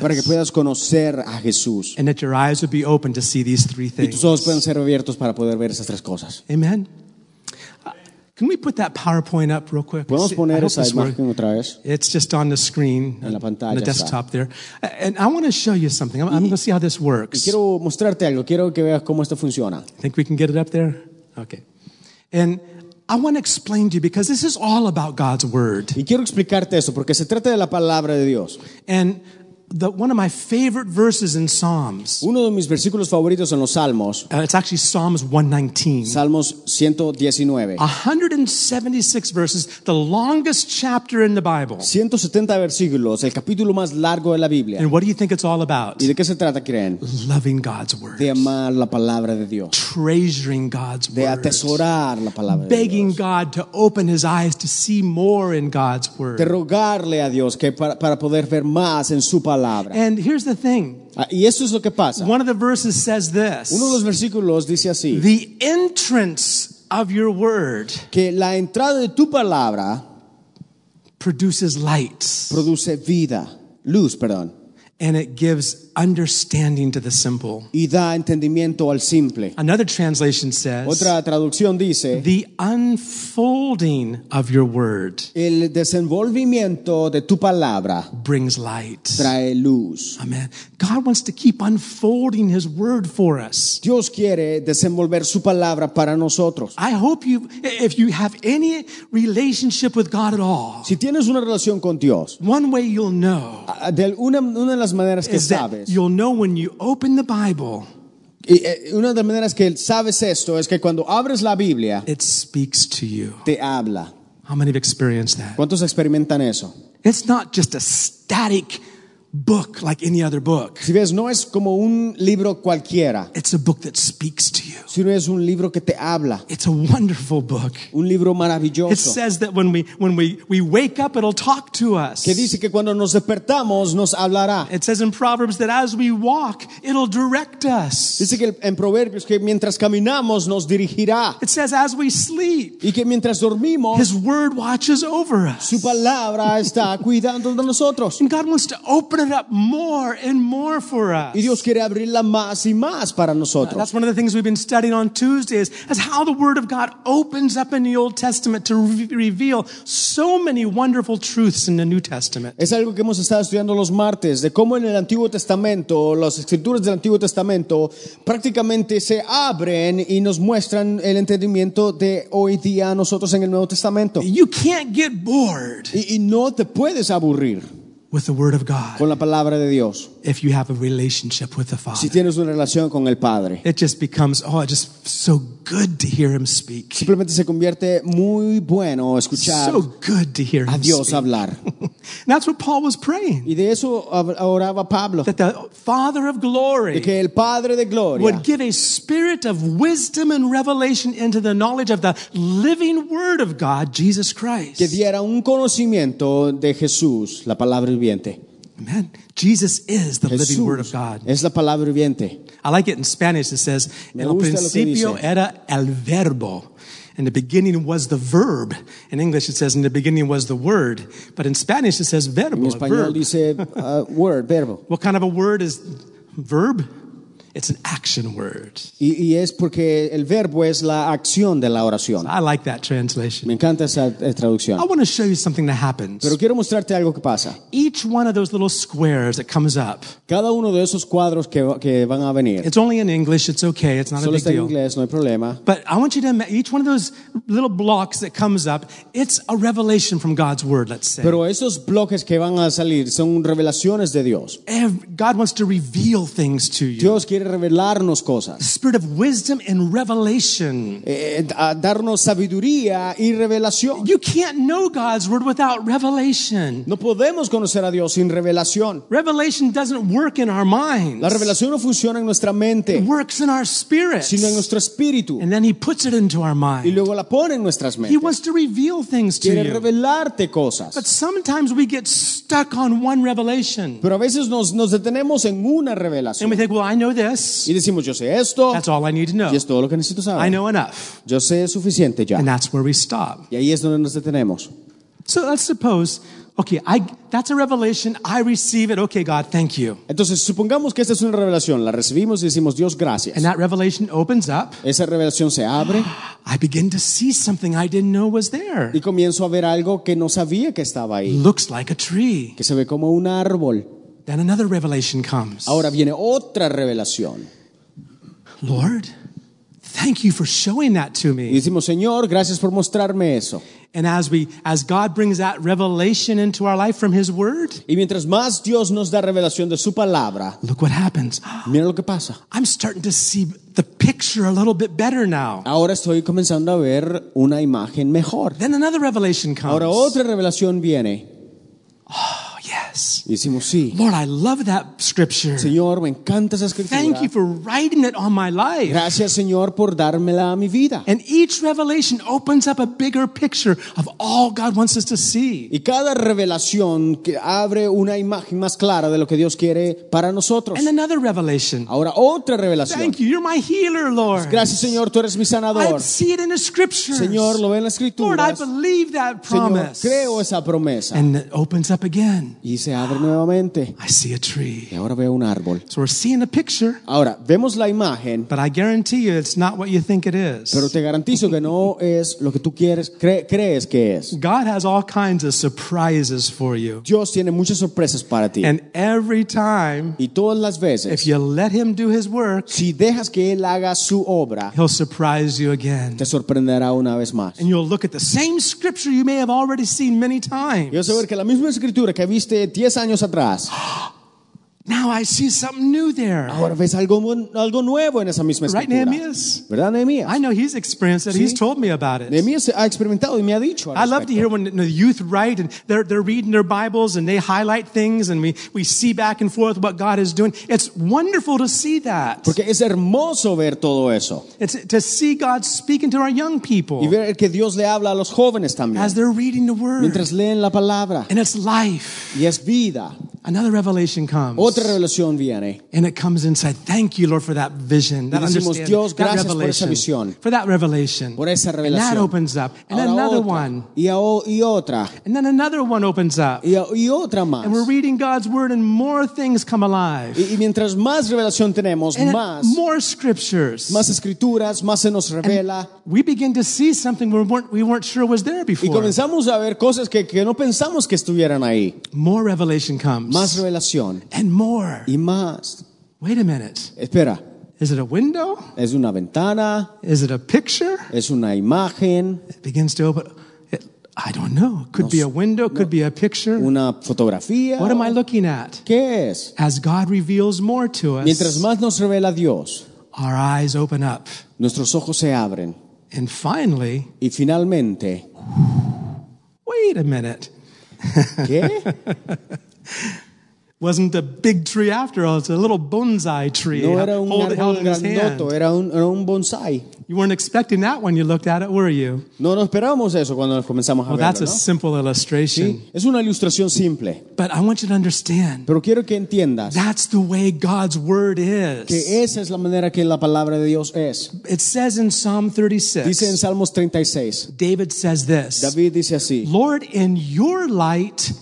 [SPEAKER 2] para que
[SPEAKER 1] Jesus
[SPEAKER 2] puedas conocer a Jesús.
[SPEAKER 1] and that your eyes would be open to see these three
[SPEAKER 2] Y tus ojos pueden
[SPEAKER 1] things.
[SPEAKER 2] ser abiertos para poder ver esas tres cosas.
[SPEAKER 1] Amen. Uh, Can we put that PowerPoint up real quick?
[SPEAKER 2] Podemos
[SPEAKER 1] See, I
[SPEAKER 2] poner
[SPEAKER 1] hope
[SPEAKER 2] esa
[SPEAKER 1] this works.
[SPEAKER 2] imagen otra vez.
[SPEAKER 1] It's just on the screen,
[SPEAKER 2] En la pantalla
[SPEAKER 1] on the
[SPEAKER 2] está.
[SPEAKER 1] desktop there. And I want to show you something. I'm, I'm going to see how this works. I
[SPEAKER 2] Quiero mostrarte algo, quiero que veas cómo esto funciona.
[SPEAKER 1] think we can get it up there? Okay. And I want to explain to you because this is all about God's Word.
[SPEAKER 2] Y quiero explicarte esto porque se trata de la palabra de Dios.
[SPEAKER 1] And the, one of my favorite verses in Psalms,
[SPEAKER 2] Uno de mis versículos favoritos en los Salmos,
[SPEAKER 1] uh, it's actually Psalms 119.
[SPEAKER 2] Salmos 119.
[SPEAKER 1] 176 verses, the longest chapter in the Bible.
[SPEAKER 2] 170 versículos, el capítulo más largo de la Biblia.
[SPEAKER 1] And what do you think it's all about?
[SPEAKER 2] ¿Y de qué se trata, creen?
[SPEAKER 1] Loving God's Word,
[SPEAKER 2] De amar la palabra de Dios,
[SPEAKER 1] treasuring God's
[SPEAKER 2] de
[SPEAKER 1] Word.
[SPEAKER 2] atesorar la palabra de
[SPEAKER 1] begging
[SPEAKER 2] Dios,
[SPEAKER 1] God to open his eyes to see more in God's
[SPEAKER 2] de
[SPEAKER 1] word.
[SPEAKER 2] rogarle a Dios que para, para poder ver más en su palabra.
[SPEAKER 1] And here's the thing
[SPEAKER 2] Ah, Y eso es lo que pasa.
[SPEAKER 1] one of the verses says
[SPEAKER 2] Uno de
[SPEAKER 1] this
[SPEAKER 2] los versículos dice así,
[SPEAKER 1] The entrance of your word
[SPEAKER 2] que la entrada de tu palabra
[SPEAKER 1] produces light
[SPEAKER 2] produce vida, luz, perdón,
[SPEAKER 1] and it gives understanding to the simple.
[SPEAKER 2] y da entendimiento al simple.
[SPEAKER 1] Another translation says
[SPEAKER 2] Otra traducción dice,
[SPEAKER 1] The unfolding of your word
[SPEAKER 2] el desenvolvimiento de tu palabra
[SPEAKER 1] brings light.
[SPEAKER 2] trae luz.
[SPEAKER 1] Amen. God wants to keep unfolding his word for us.
[SPEAKER 2] Dios quiere desenvolver su palabra para nosotros.
[SPEAKER 1] I hope you, if you have any relationship with God at all,
[SPEAKER 2] Si tienes una relación con Dios,
[SPEAKER 1] one way you'll know
[SPEAKER 2] ah, de una, una de las maneras que
[SPEAKER 1] is that
[SPEAKER 2] sabes,
[SPEAKER 1] you'll know when you open the Bible,
[SPEAKER 2] y, eh, una de las maneras que sabes esto es que cuando abres la Biblia,
[SPEAKER 1] it speaks to you.
[SPEAKER 2] te habla.
[SPEAKER 1] How many have experienced that?
[SPEAKER 2] ¿Cuántos experimentan eso?
[SPEAKER 1] It's not just a static book like any other book.
[SPEAKER 2] Si ves, no es como un libro cualquiera,
[SPEAKER 1] It's a book that speaks to you.
[SPEAKER 2] sino es un libro que te habla,
[SPEAKER 1] It's a wonderful book.
[SPEAKER 2] un libro
[SPEAKER 1] It
[SPEAKER 2] maravilloso,
[SPEAKER 1] says that when we when we, we wake up, it'll talk to us.
[SPEAKER 2] que dice que cuando nos despertamos nos hablará.
[SPEAKER 1] It says in Proverbs that as we walk, it'll direct us.
[SPEAKER 2] Dice que el- en Proverbios que mientras caminamos nos dirigirá
[SPEAKER 1] It says as we sleep,
[SPEAKER 2] y que mientras dormimos
[SPEAKER 1] His word watches over us.
[SPEAKER 2] su palabra está cuidando de nosotros.
[SPEAKER 1] And God wants to open it up more and more for us.
[SPEAKER 2] Y Dios quiere abrirla más y más para nosotros.
[SPEAKER 1] That's one of the things we've been studying on Tuesdays, is how the Word of God opens up in the Old Testament to re- reveal so many wonderful truths in the New Testament.
[SPEAKER 2] Es algo que hemos estado estudiando los martes, de cómo en el Antiguo Testamento, las escrituras del Antiguo Testamento prácticamente se abren y nos muestran el entendimiento de hoy día a nosotros en el Nuevo Testamento.
[SPEAKER 1] You can't get bored
[SPEAKER 2] Y, y no te puedes aburrir
[SPEAKER 1] with the Word of God
[SPEAKER 2] con la palabra de Dios
[SPEAKER 1] if you have a relationship with the
[SPEAKER 2] si
[SPEAKER 1] Father.
[SPEAKER 2] tienes una relación con el Padre.
[SPEAKER 1] It just becomes, oh, it's just so good to hear Him speak.
[SPEAKER 2] Simplemente se convierte muy bueno escuchar
[SPEAKER 1] So good to hear
[SPEAKER 2] a
[SPEAKER 1] Him
[SPEAKER 2] Dios
[SPEAKER 1] speak.
[SPEAKER 2] hablar.
[SPEAKER 1] And that's what Paul was praying,
[SPEAKER 2] Y de eso ab- oraba Pablo,
[SPEAKER 1] that the Father of glory
[SPEAKER 2] de que el Padre de Gloria
[SPEAKER 1] would give a spirit of wisdom and revelation into the knowledge of the living word of God, Jesus
[SPEAKER 2] que
[SPEAKER 1] Christ.
[SPEAKER 2] diera un conocimiento de Jesús, la palabra viviente.
[SPEAKER 1] Amen. Jesus is the living word of
[SPEAKER 2] Jesús
[SPEAKER 1] God.
[SPEAKER 2] es la palabra viviente.
[SPEAKER 1] I like it in Spanish. It says,
[SPEAKER 2] Me
[SPEAKER 1] En el
[SPEAKER 2] gusta lo que
[SPEAKER 1] principio
[SPEAKER 2] dice.
[SPEAKER 1] era el verbo. In the beginning was the verb. In English, it says, in the beginning was the word. But in Spanish, it says verbo.
[SPEAKER 2] En
[SPEAKER 1] a
[SPEAKER 2] español
[SPEAKER 1] verb.
[SPEAKER 2] dice uh, word, verbo.
[SPEAKER 1] What kind of a word is verb? It's an action word.
[SPEAKER 2] Y, y es porque el verbo es la acción de la oración.
[SPEAKER 1] I like that translation.
[SPEAKER 2] Me encanta esa eh,
[SPEAKER 1] I
[SPEAKER 2] traducción.
[SPEAKER 1] want to show you something that happens.
[SPEAKER 2] Pero quiero mostrarte algo que pasa.
[SPEAKER 1] each one of those little squares that comes up,
[SPEAKER 2] Cada uno de esos cuadros que, va- que van a venir,
[SPEAKER 1] it's only in English, it's okay, it's not a
[SPEAKER 2] solo
[SPEAKER 1] big
[SPEAKER 2] está en
[SPEAKER 1] deal.
[SPEAKER 2] inglés, no hay problema.
[SPEAKER 1] But I want you to imagine each one of those little blocks that comes up, it's a revelation from God's word, let's say.
[SPEAKER 2] Pero esos bloques que van a salir son revelaciones de Dios.
[SPEAKER 1] Ev- God wants to reveal things to you.
[SPEAKER 2] Dios quiere revelarnos
[SPEAKER 1] The
[SPEAKER 2] cosas,
[SPEAKER 1] spirit of wisdom and revelation.
[SPEAKER 2] eh, a darnos sabiduría y revelación.
[SPEAKER 1] You can't know God's word without revelation.
[SPEAKER 2] No podemos conocer a Dios sin revelación.
[SPEAKER 1] Revelation doesn't work in our minds.
[SPEAKER 2] La revelación no funciona en nuestra
[SPEAKER 1] It
[SPEAKER 2] mente,
[SPEAKER 1] works in our spirits.
[SPEAKER 2] sino en nuestro espíritu.
[SPEAKER 1] And then he puts it into our
[SPEAKER 2] Y
[SPEAKER 1] mind.
[SPEAKER 2] luego la pone en nuestras
[SPEAKER 1] He
[SPEAKER 2] mentes.
[SPEAKER 1] wants to reveal things to
[SPEAKER 2] Quiere
[SPEAKER 1] you.
[SPEAKER 2] revelarte
[SPEAKER 1] But
[SPEAKER 2] cosas.
[SPEAKER 1] sometimes we get stuck on one revelation
[SPEAKER 2] Pero a veces nos, nos detenemos en una
[SPEAKER 1] and we
[SPEAKER 2] revelación.
[SPEAKER 1] think, well, I know this.
[SPEAKER 2] Y decimos, yo sé esto,
[SPEAKER 1] That's all I need to know.
[SPEAKER 2] y es todo lo que necesito
[SPEAKER 1] I
[SPEAKER 2] saber.
[SPEAKER 1] know enough.
[SPEAKER 2] Yo sé suficiente ya.
[SPEAKER 1] And that's where we stop.
[SPEAKER 2] Y ahí es donde nos detenemos.
[SPEAKER 1] So let's suppose, okay, I, that's a revelation. I receive it. Okay, God, thank you.
[SPEAKER 2] Entonces, supongamos que esta es una revelación. La recibimos y decimos, Dios, gracias.
[SPEAKER 1] And that revelation opens up.
[SPEAKER 2] Esa revelación se abre
[SPEAKER 1] I begin to see something I didn't know was there.
[SPEAKER 2] y comienzo a ver algo que no sabía que estaba ahí,
[SPEAKER 1] Looks like a tree.
[SPEAKER 2] que se ve como un árbol.
[SPEAKER 1] Then another revelation comes.
[SPEAKER 2] Ahora viene otra revelación.
[SPEAKER 1] Lord, thank you for showing that to
[SPEAKER 2] Y
[SPEAKER 1] me.
[SPEAKER 2] decimos, Señor, gracias por mostrarme eso.
[SPEAKER 1] And as we, as God brings that revelation into our life from His Word,
[SPEAKER 2] Y mientras más Dios nos da revelación de su palabra,
[SPEAKER 1] look what happens.
[SPEAKER 2] mira lo que pasa.
[SPEAKER 1] I'm starting to see the picture a little bit better now.
[SPEAKER 2] Ahora estoy comenzando a ver una imagen mejor.
[SPEAKER 1] Then another revelation comes.
[SPEAKER 2] Ahora otra revelación viene.
[SPEAKER 1] Oh, yes.
[SPEAKER 2] Y decimos, sí,
[SPEAKER 1] Lord, I love that scripture.
[SPEAKER 2] Señor, me encanta esa
[SPEAKER 1] Thank
[SPEAKER 2] escritura.
[SPEAKER 1] you for writing it on my life.
[SPEAKER 2] Gracias, Señor, por dármela a mi vida.
[SPEAKER 1] And each revelation opens up a bigger picture of all God wants us to see.
[SPEAKER 2] Y cada revelación que abre una imagen más clara de lo que Dios quiere para nosotros.
[SPEAKER 1] And another revelation.
[SPEAKER 2] Ahora otra revelación.
[SPEAKER 1] Thank you. You're my healer, Lord.
[SPEAKER 2] Gracias, Señor, tú eres mi
[SPEAKER 1] I
[SPEAKER 2] sanador.
[SPEAKER 1] see it in the scriptures.
[SPEAKER 2] Señor, lo ve en la
[SPEAKER 1] Lord,
[SPEAKER 2] escritura.
[SPEAKER 1] I believe that
[SPEAKER 2] Señor,
[SPEAKER 1] promise.
[SPEAKER 2] creo esa promesa.
[SPEAKER 1] And it opens up again.
[SPEAKER 2] Y se abre nuevamente.
[SPEAKER 1] I see a tree.
[SPEAKER 2] Y ahora veo un árbol.
[SPEAKER 1] So we're seeing a picture,
[SPEAKER 2] Ahora, vemos la imagen,
[SPEAKER 1] but I guarantee you it's not what you think it is.
[SPEAKER 2] pero te garantizo que no es lo que tú quieres, cre- crees que es.
[SPEAKER 1] God has all kinds of surprises for you.
[SPEAKER 2] Dios tiene muchas sorpresas para ti.
[SPEAKER 1] And every time,
[SPEAKER 2] Y todas las
[SPEAKER 1] if
[SPEAKER 2] veces,
[SPEAKER 1] you let Him do His work,
[SPEAKER 2] si dejas que Él haga su obra,
[SPEAKER 1] He'll surprise you again.
[SPEAKER 2] te sorprenderá una vez más.
[SPEAKER 1] And you'll look at the same scripture you may have already seen many
[SPEAKER 2] Yo
[SPEAKER 1] times.
[SPEAKER 2] sé ver que la misma escritura que viste 10 años atrás,
[SPEAKER 1] Now I see something new there.
[SPEAKER 2] Ahora ves algo, mu- algo nuevo en esa misma
[SPEAKER 1] Right,
[SPEAKER 2] escritura.
[SPEAKER 1] Nehemiah's?
[SPEAKER 2] ¿Verdad, Nehemías?
[SPEAKER 1] I know he's experienced it. He's
[SPEAKER 2] Sí.
[SPEAKER 1] told me about it.
[SPEAKER 2] Nehemías ha experimentado y me ha dicho. al
[SPEAKER 1] I love to
[SPEAKER 2] respecto.
[SPEAKER 1] hear when the youth write and they're, they're reading their Bibles and they highlight things and we, we see back and forth what God is doing. It's wonderful to see that.
[SPEAKER 2] Porque es hermoso ver todo eso
[SPEAKER 1] It's to see God speaking to our young
[SPEAKER 2] y
[SPEAKER 1] people
[SPEAKER 2] ver que Dios le habla a los jóvenes también
[SPEAKER 1] as they're reading the Word.
[SPEAKER 2] mientras leen la palabra
[SPEAKER 1] And it's life.
[SPEAKER 2] y es vida.
[SPEAKER 1] Another revelation comes.
[SPEAKER 2] Otra revelación viene.
[SPEAKER 1] And it comes inside. Thank you, Lord, for that vision, that
[SPEAKER 2] Y decimos,
[SPEAKER 1] understanding,
[SPEAKER 2] "Dios,
[SPEAKER 1] that
[SPEAKER 2] gracias por esa
[SPEAKER 1] revelation,
[SPEAKER 2] visión.
[SPEAKER 1] for that revelation."
[SPEAKER 2] Por esa
[SPEAKER 1] And that
[SPEAKER 2] revelación.
[SPEAKER 1] opens up, and
[SPEAKER 2] Ahora
[SPEAKER 1] another
[SPEAKER 2] otra,
[SPEAKER 1] one,
[SPEAKER 2] Y, a- y otra
[SPEAKER 1] and then another one opens up,
[SPEAKER 2] y, a- y otra más.
[SPEAKER 1] and we're reading God's word, and more things come alive,
[SPEAKER 2] Y, y mientras más revelación tenemos,
[SPEAKER 1] and
[SPEAKER 2] más,
[SPEAKER 1] more scriptures.
[SPEAKER 2] más escrituras, más se nos
[SPEAKER 1] And
[SPEAKER 2] revela.
[SPEAKER 1] we begin to see something we weren't, we weren't sure was there
[SPEAKER 2] Y
[SPEAKER 1] before.
[SPEAKER 2] comenzamos a ver cosas que, que no pensamos que estuvieran ahí.
[SPEAKER 1] More revelation comes,
[SPEAKER 2] Más revelación.
[SPEAKER 1] and more.
[SPEAKER 2] Y más.
[SPEAKER 1] Wait a minute.
[SPEAKER 2] Espera,
[SPEAKER 1] Is it a window?
[SPEAKER 2] es una ventana,
[SPEAKER 1] Is it a picture?
[SPEAKER 2] es una imagen,
[SPEAKER 1] It begins to open. It, I don't know. Could be a window. Could be a picture.
[SPEAKER 2] una fotografía.
[SPEAKER 1] What am I looking at?
[SPEAKER 2] ¿Qué es?
[SPEAKER 1] As God reveals more to
[SPEAKER 2] Mientras
[SPEAKER 1] us,
[SPEAKER 2] más nos revela Dios,
[SPEAKER 1] our eyes open up.
[SPEAKER 2] nuestros ojos se abren.
[SPEAKER 1] And finally,
[SPEAKER 2] Y finalmente,
[SPEAKER 1] wait a minute.
[SPEAKER 2] ¿qué?
[SPEAKER 1] Wasn't a big tree after all. It's a little bonsai tree.
[SPEAKER 2] No era un
[SPEAKER 1] Hold it held
[SPEAKER 2] árbol eh?
[SPEAKER 1] in his
[SPEAKER 2] grandoto,
[SPEAKER 1] hand.
[SPEAKER 2] era un, era un bonsai.
[SPEAKER 1] You weren't expecting that when you looked at it, were you?
[SPEAKER 2] No nos esperábamos eso cuando nos comenzamos a
[SPEAKER 1] Well, that's
[SPEAKER 2] verlo,
[SPEAKER 1] a
[SPEAKER 2] ¿no?
[SPEAKER 1] simple illustration.
[SPEAKER 2] Sí, Es una ilustración simple,
[SPEAKER 1] But I want you to understand
[SPEAKER 2] pero quiero que entiendas
[SPEAKER 1] that's the way God's word is.
[SPEAKER 2] que esa es la manera que la palabra de Dios es.
[SPEAKER 1] It says in Psalm
[SPEAKER 2] Dice en
[SPEAKER 1] 36,
[SPEAKER 2] Salmos 36,
[SPEAKER 1] David says this.
[SPEAKER 2] David dice así,
[SPEAKER 1] Lord, in your light,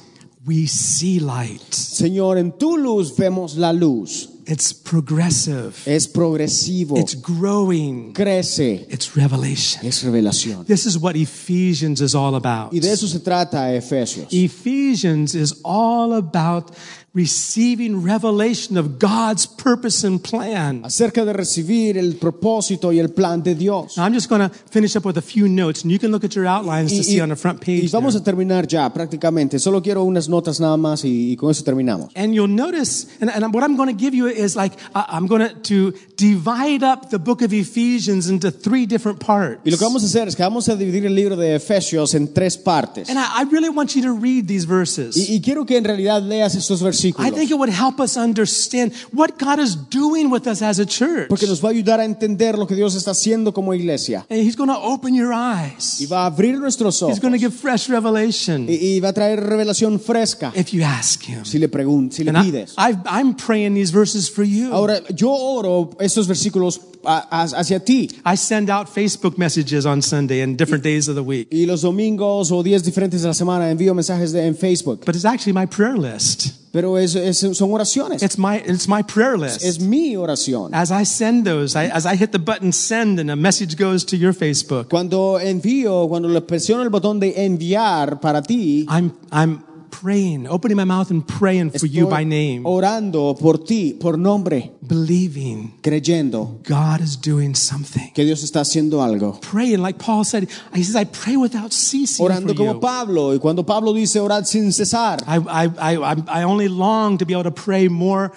[SPEAKER 1] we see light.
[SPEAKER 2] Señor, en tu luz vemos la luz.
[SPEAKER 1] It's progressive,
[SPEAKER 2] Es progresivo,
[SPEAKER 1] it's growing,
[SPEAKER 2] crece,
[SPEAKER 1] it's revelation.
[SPEAKER 2] es revelación.
[SPEAKER 1] This is what Ephesians is all about.
[SPEAKER 2] Y de eso se trata Efesios.
[SPEAKER 1] Ephesians is all about receiving revelation of God's purpose and plan.
[SPEAKER 2] acerca de recibir el propósito y el plan de Dios.
[SPEAKER 1] Now, I'm just going to finish up with a few notes, and you can look at your outlines to
[SPEAKER 2] Y,
[SPEAKER 1] see
[SPEAKER 2] y-
[SPEAKER 1] on the front
[SPEAKER 2] y
[SPEAKER 1] page.
[SPEAKER 2] vamos
[SPEAKER 1] there.
[SPEAKER 2] a terminar ya prácticamente. Solo quiero unas notas nada más y, y con eso terminamos.
[SPEAKER 1] And you'll notice, and, and what I'm going to give you is like, I- I'm going to divide up the book of Ephesians into three different parts.
[SPEAKER 2] Y lo que vamos a hacer es que vamos a dividir el libro de Efesios en tres partes.
[SPEAKER 1] And I, I really want you to read these verses.
[SPEAKER 2] Y, y quiero que en realidad leas estos
[SPEAKER 1] I
[SPEAKER 2] versículos.
[SPEAKER 1] think it would help us understand what God is doing with us as a church.
[SPEAKER 2] Porque nos va a ayudar a entender lo que Dios está haciendo como iglesia.
[SPEAKER 1] And He's going to open your
[SPEAKER 2] Y
[SPEAKER 1] eyes.
[SPEAKER 2] va a abrir nuestros
[SPEAKER 1] He's
[SPEAKER 2] ojos.
[SPEAKER 1] going to give fresh revelation
[SPEAKER 2] Y, y va a traer revelación fresca
[SPEAKER 1] if you ask Him.
[SPEAKER 2] si le preguntas, si le
[SPEAKER 1] And I,
[SPEAKER 2] pides.
[SPEAKER 1] I, I'm praying these verses for you.
[SPEAKER 2] Ahora, yo oro estos versículos a- a- hacia ti.
[SPEAKER 1] I send out Facebook messages on Sunday and different days of the week.
[SPEAKER 2] Y los domingos o días diferentes de la semana envío mensajes de- en Facebook.
[SPEAKER 1] But it's actually my prayer list.
[SPEAKER 2] Pero es- es- son oraciones.
[SPEAKER 1] It's my, it's my prayer list.
[SPEAKER 2] Es mi oración.
[SPEAKER 1] As I send those, I, as I hit the button send and a message goes to your Facebook,
[SPEAKER 2] Cuando envío, cuando le presiono el botón de enviar para ti,
[SPEAKER 1] I'm, I'm praying, opening my mouth and praying for you by name,
[SPEAKER 2] orando por ti, por nombre,
[SPEAKER 1] believing
[SPEAKER 2] creyendo
[SPEAKER 1] God is doing something.
[SPEAKER 2] que Dios está haciendo algo.
[SPEAKER 1] Praying, like Paul said, he says, I pray without ceasing.
[SPEAKER 2] Orando
[SPEAKER 1] for
[SPEAKER 2] como
[SPEAKER 1] you.
[SPEAKER 2] Pablo. Y cuando Pablo dice orad sin cesar,
[SPEAKER 1] I, I, I, I'm- I only long to be able to pray more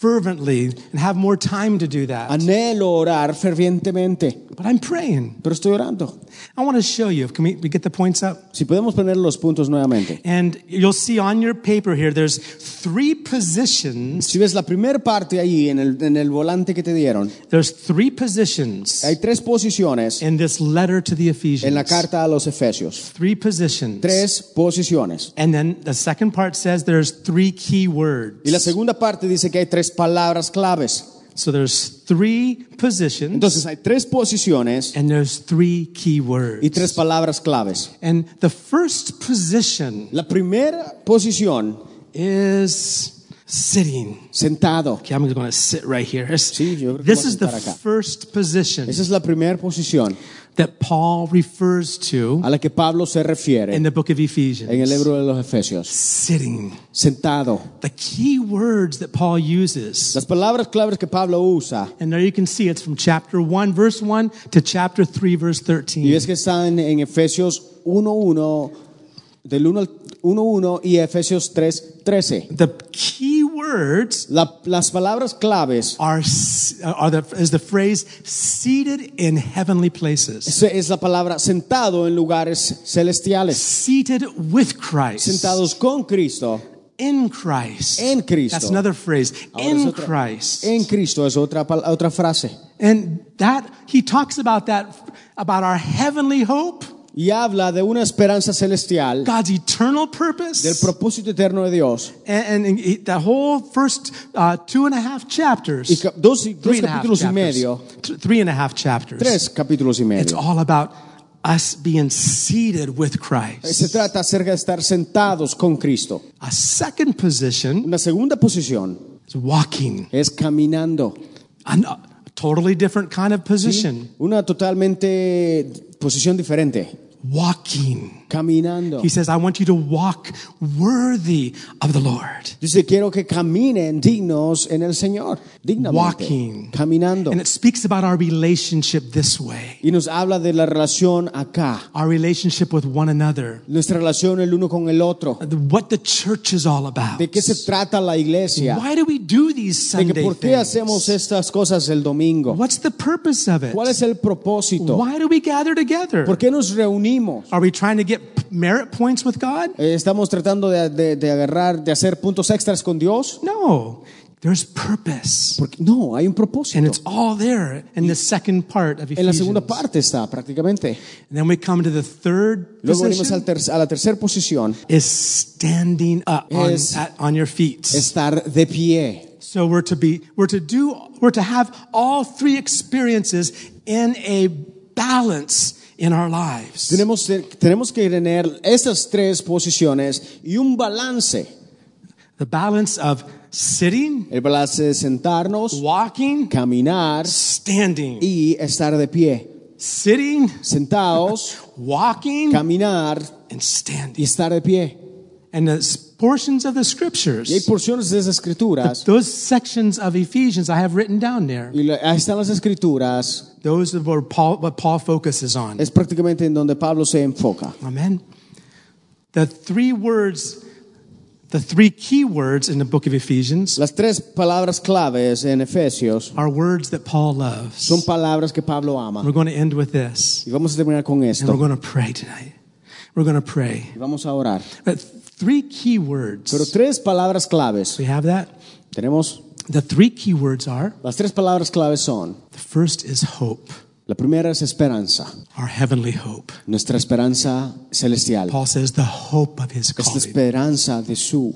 [SPEAKER 1] fervently and have more time to do that.
[SPEAKER 2] anhelo orar fervientemente.
[SPEAKER 1] But I'm praying.
[SPEAKER 2] Pero estoy orando.
[SPEAKER 1] I want to show you. Can we, we get the points up?
[SPEAKER 2] Si podemos poner los puntos nuevamente.
[SPEAKER 1] And you'll see on your paper here, there's three positions
[SPEAKER 2] Si ves la primera parte ahí en el, en el volante que te dieron,
[SPEAKER 1] There's three positions
[SPEAKER 2] hay tres posiciones
[SPEAKER 1] in this letter to the
[SPEAKER 2] en la
[SPEAKER 1] Ephesians.
[SPEAKER 2] carta a los Efesios.
[SPEAKER 1] Three positions.
[SPEAKER 2] tres posiciones.
[SPEAKER 1] And then the second part says there's three key
[SPEAKER 2] Y la
[SPEAKER 1] words.
[SPEAKER 2] segunda parte dice que hay tres palabras claves.
[SPEAKER 1] So there's three positions
[SPEAKER 2] Entonces hay tres posiciones
[SPEAKER 1] and there's three key
[SPEAKER 2] y tres
[SPEAKER 1] words.
[SPEAKER 2] palabras claves.
[SPEAKER 1] And the first position
[SPEAKER 2] La primera posición,
[SPEAKER 1] is sitting.
[SPEAKER 2] sentado.
[SPEAKER 1] Okay, I'm going to sit right here. This
[SPEAKER 2] Sí, yo creo que
[SPEAKER 1] this
[SPEAKER 2] voy a
[SPEAKER 1] is the
[SPEAKER 2] sentar acá.
[SPEAKER 1] first position
[SPEAKER 2] Esa es la primera posición
[SPEAKER 1] that Paul refers to
[SPEAKER 2] a la que Pablo se
[SPEAKER 1] in
[SPEAKER 2] refiere
[SPEAKER 1] the book of
[SPEAKER 2] en el
[SPEAKER 1] Ephesians.
[SPEAKER 2] libro de los Efesios.
[SPEAKER 1] Sitting.
[SPEAKER 2] Sentado.
[SPEAKER 1] The key words that Paul uses
[SPEAKER 2] Las palabras claves que Pablo usa,
[SPEAKER 1] And there you can see it's from chapter 1, verse 1 to chapter 3, verse
[SPEAKER 2] y
[SPEAKER 1] 13.
[SPEAKER 2] es que están en Efesios 1.1, del 1 al 1.1 y Efesios 3.13.
[SPEAKER 1] The key words
[SPEAKER 2] La- las palabras claves
[SPEAKER 1] are, s- are the, is the phrase seated in heavenly places.
[SPEAKER 2] es, es la palabra sentado en lugares celestiales,
[SPEAKER 1] Seated with Christ.
[SPEAKER 2] sentados con Cristo.
[SPEAKER 1] In Christ.
[SPEAKER 2] En Cristo.
[SPEAKER 1] That's another phrase.
[SPEAKER 2] Ahora es
[SPEAKER 1] In
[SPEAKER 2] otra-
[SPEAKER 1] Christ.
[SPEAKER 2] En Cristo es otra, pal- otra frase.
[SPEAKER 1] And that, he talks about that, about our heavenly hope,
[SPEAKER 2] Y habla de una esperanza celestial,
[SPEAKER 1] God's eternal
[SPEAKER 2] del
[SPEAKER 1] purpose.
[SPEAKER 2] propósito eterno de Dios.
[SPEAKER 1] And, and he- the whole first uh, two and a half chapters.
[SPEAKER 2] Y ca- dos, y- dos
[SPEAKER 1] Three and a half
[SPEAKER 2] capítulos y
[SPEAKER 1] chapters.
[SPEAKER 2] medio,
[SPEAKER 1] Th- Three and a half chapters.
[SPEAKER 2] tres capítulos y
[SPEAKER 1] It's
[SPEAKER 2] medio.
[SPEAKER 1] all about us being seated with
[SPEAKER 2] Se
[SPEAKER 1] Christ.
[SPEAKER 2] trata acerca de estar sentados con Cristo.
[SPEAKER 1] A second position
[SPEAKER 2] Una segunda posición
[SPEAKER 1] is walking,
[SPEAKER 2] es caminando.
[SPEAKER 1] An- a totally different kind of position.
[SPEAKER 2] Una totalmente posición diferente.
[SPEAKER 1] Walking.
[SPEAKER 2] Caminando.
[SPEAKER 1] He says, I want you to walk worthy of the Lord.
[SPEAKER 2] Dice, quiero que caminen dignos en el Señor. Dignamente.
[SPEAKER 1] Walking.
[SPEAKER 2] Caminando.
[SPEAKER 1] And it speaks about our relationship this way
[SPEAKER 2] Y nos habla de la relación acá.
[SPEAKER 1] our relationship with one another,
[SPEAKER 2] Nuestra relación el uno con el otro.
[SPEAKER 1] what the church is all about.
[SPEAKER 2] ¿De qué se trata la iglesia?
[SPEAKER 1] Why do we do these
[SPEAKER 2] De que
[SPEAKER 1] Sunday
[SPEAKER 2] por qué hacemos
[SPEAKER 1] things?
[SPEAKER 2] estas cosas el domingo.
[SPEAKER 1] What's the purpose of it?
[SPEAKER 2] ¿Cuál es el propósito?
[SPEAKER 1] Why do we gather together?
[SPEAKER 2] ¿Por qué nos reunimos?
[SPEAKER 1] Are we trying to get p- merit points with God?
[SPEAKER 2] Eh, ¿Estamos tratando de, de- de agarrar, de hacer puntos extras con Dios?
[SPEAKER 1] No. There's purpose.
[SPEAKER 2] Porque no, hay un
[SPEAKER 1] And
[SPEAKER 2] propósito.
[SPEAKER 1] it's all there in the second part of
[SPEAKER 2] En la
[SPEAKER 1] Ephesians.
[SPEAKER 2] segunda parte está prácticamente.
[SPEAKER 1] And then we come to the third
[SPEAKER 2] Luego venimos al
[SPEAKER 1] position
[SPEAKER 2] ter- a la tercera posición,
[SPEAKER 1] is standing up on,
[SPEAKER 2] Es-
[SPEAKER 1] at- on your feet.
[SPEAKER 2] estar de pie.
[SPEAKER 1] So we're to be we're to do we're to have all three experiences in a balance in our lives.
[SPEAKER 2] Tenemos, que- tenemos que tener estas tres posiciones y un balance.
[SPEAKER 1] The balance of sitting,
[SPEAKER 2] El balance de sentarnos,
[SPEAKER 1] walking,
[SPEAKER 2] caminar
[SPEAKER 1] standing.
[SPEAKER 2] y estar de pie.
[SPEAKER 1] Sitting,
[SPEAKER 2] Sentados,
[SPEAKER 1] walking,
[SPEAKER 2] caminar
[SPEAKER 1] and
[SPEAKER 2] y
[SPEAKER 1] standing.
[SPEAKER 2] estar de pie.
[SPEAKER 1] And the s- portions of the
[SPEAKER 2] Y hay
[SPEAKER 1] scriptures,
[SPEAKER 2] porciones de las escrituras,
[SPEAKER 1] those sections of Ephesians I have written down there,
[SPEAKER 2] y la- ahí están las escrituras,
[SPEAKER 1] those are where Paul, what Paul focuses on.
[SPEAKER 2] es prácticamente en donde Pablo se enfoca.
[SPEAKER 1] Amen. The three words, the three key words in the book of Ephesians
[SPEAKER 2] Las tres palabras claves en Efesios
[SPEAKER 1] are words that Paul
[SPEAKER 2] son
[SPEAKER 1] loves.
[SPEAKER 2] palabras que Pablo ama.
[SPEAKER 1] We're going to end with this,
[SPEAKER 2] Y vamos a terminar con
[SPEAKER 1] and we're
[SPEAKER 2] esto.
[SPEAKER 1] going to pray tonight. We're going to pray.
[SPEAKER 2] Y vamos a orar.
[SPEAKER 1] But three key
[SPEAKER 2] Pero
[SPEAKER 1] words.
[SPEAKER 2] tres palabras claves.
[SPEAKER 1] We have that?
[SPEAKER 2] Tenemos,
[SPEAKER 1] The three key words are
[SPEAKER 2] las tres palabras claves son,
[SPEAKER 1] the first is hope,
[SPEAKER 2] la primera es esperanza,
[SPEAKER 1] our heavenly hope.
[SPEAKER 2] nuestra esperanza celestial,
[SPEAKER 1] Paul says the hope of his
[SPEAKER 2] es la
[SPEAKER 1] calling.
[SPEAKER 2] esperanza de su.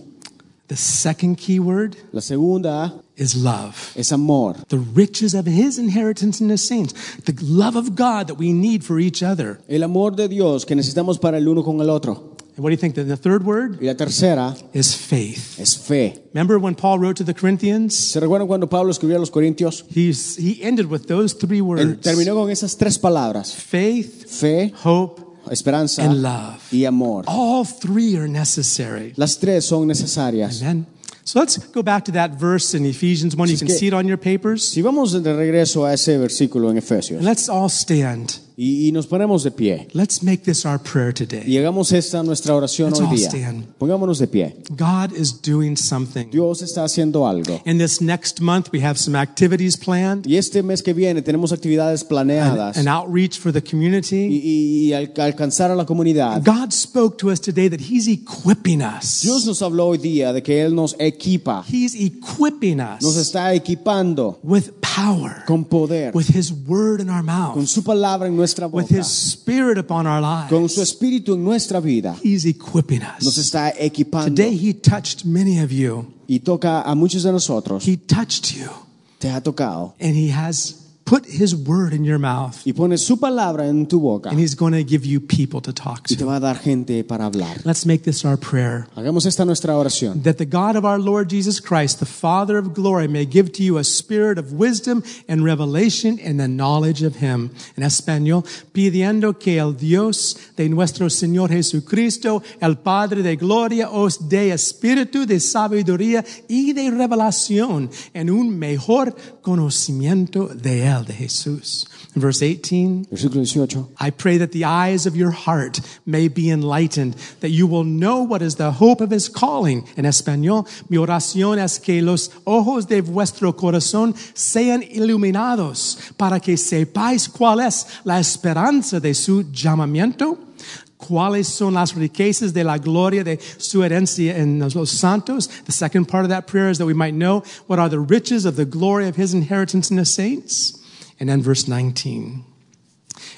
[SPEAKER 1] The second key word
[SPEAKER 2] La segunda
[SPEAKER 1] is love.
[SPEAKER 2] es amor,
[SPEAKER 1] The riches of his inheritance in the saints. The love of God that we need for each other.
[SPEAKER 2] el amor de Dios que necesitamos para el uno con el otro.
[SPEAKER 1] And what do you think? Then the third word
[SPEAKER 2] Y la tercera
[SPEAKER 1] is faith.
[SPEAKER 2] es fe.
[SPEAKER 1] Remember when Paul wrote to the Corinthians?
[SPEAKER 2] ¿Se recuerdan cuando Pablo escribió a los Corintios?
[SPEAKER 1] He's, he ended with those three
[SPEAKER 2] Él
[SPEAKER 1] words
[SPEAKER 2] terminó con esas tres palabras:
[SPEAKER 1] faith,
[SPEAKER 2] fe,
[SPEAKER 1] hope,
[SPEAKER 2] esperanza
[SPEAKER 1] and love.
[SPEAKER 2] y amor.
[SPEAKER 1] All three are necessary.
[SPEAKER 2] Las tres son necesarias.
[SPEAKER 1] Amen. So let's go back to that verse in Ephesians 1. You
[SPEAKER 2] es
[SPEAKER 1] can
[SPEAKER 2] que-
[SPEAKER 1] see it on your papers.
[SPEAKER 2] Si vamos de regreso a ese versículo en
[SPEAKER 1] And
[SPEAKER 2] Efesios
[SPEAKER 1] let's all stand.
[SPEAKER 2] y, y nos ponemos de pie
[SPEAKER 1] Let's make this our prayer today.
[SPEAKER 2] y hagamos esta nuestra oración
[SPEAKER 1] Let's all
[SPEAKER 2] hoy día,
[SPEAKER 1] stand.
[SPEAKER 2] pongámonos de pie.
[SPEAKER 1] God is doing something.
[SPEAKER 2] Dios está haciendo algo.
[SPEAKER 1] In this next month, we have some activities planned,
[SPEAKER 2] Y este mes que viene tenemos actividades planeadas
[SPEAKER 1] an outreach for the
[SPEAKER 2] y,
[SPEAKER 1] community.
[SPEAKER 2] y- y al- alcanzar a la comunidad.
[SPEAKER 1] God spoke to us today that He's equipping
[SPEAKER 2] Dios
[SPEAKER 1] us.
[SPEAKER 2] nos habló hoy día de que Él nos equipa,
[SPEAKER 1] He's equipping
[SPEAKER 2] nos
[SPEAKER 1] us
[SPEAKER 2] está equipando
[SPEAKER 1] with power,
[SPEAKER 2] con poder,
[SPEAKER 1] with His word in our
[SPEAKER 2] con
[SPEAKER 1] mouth,
[SPEAKER 2] su palabra en nuestra
[SPEAKER 1] with
[SPEAKER 2] boca.
[SPEAKER 1] His spirit upon our
[SPEAKER 2] con su
[SPEAKER 1] lives.
[SPEAKER 2] espíritu en nuestra vida
[SPEAKER 1] He's equipping
[SPEAKER 2] nos
[SPEAKER 1] us.
[SPEAKER 2] está equipando
[SPEAKER 1] Today, He touched many of you.
[SPEAKER 2] y toca a muchos de nosotros
[SPEAKER 1] He touched you,
[SPEAKER 2] te ha tocado
[SPEAKER 1] and He has put His word in your mouth,
[SPEAKER 2] y pone su palabra en tu boca
[SPEAKER 1] and He's going to give you people to talk
[SPEAKER 2] y te
[SPEAKER 1] to.
[SPEAKER 2] va a dar gente para hablar
[SPEAKER 1] Let's make this our prayer.
[SPEAKER 2] hagamos esta nuestra oración
[SPEAKER 1] that the God of our Lord Jesus Christ, the Father of glory, may give to you a spirit of wisdom and revelation and the knowledge of Him. En español, pidiendo que el Dios de nuestro Señor Jesucristo, el Padre de gloria, os dé espíritu de sabiduría y de revelación en un mejor conocimiento de Él. child de Jesús. In verse 18,
[SPEAKER 2] Versículo 18.
[SPEAKER 1] I pray that the eyes of your heart may be enlightened, that you will know what is the hope of his calling. En español, mi oración es que los ojos de vuestro corazón sean iluminados para que sepáis cuál es la esperanza de su llamamiento, cuáles son las riquezas de la gloria de su herencia en los los santos. The second part of that prayer is that we might know what are the riches of the glory of his inheritance in the saints. And then verse 19.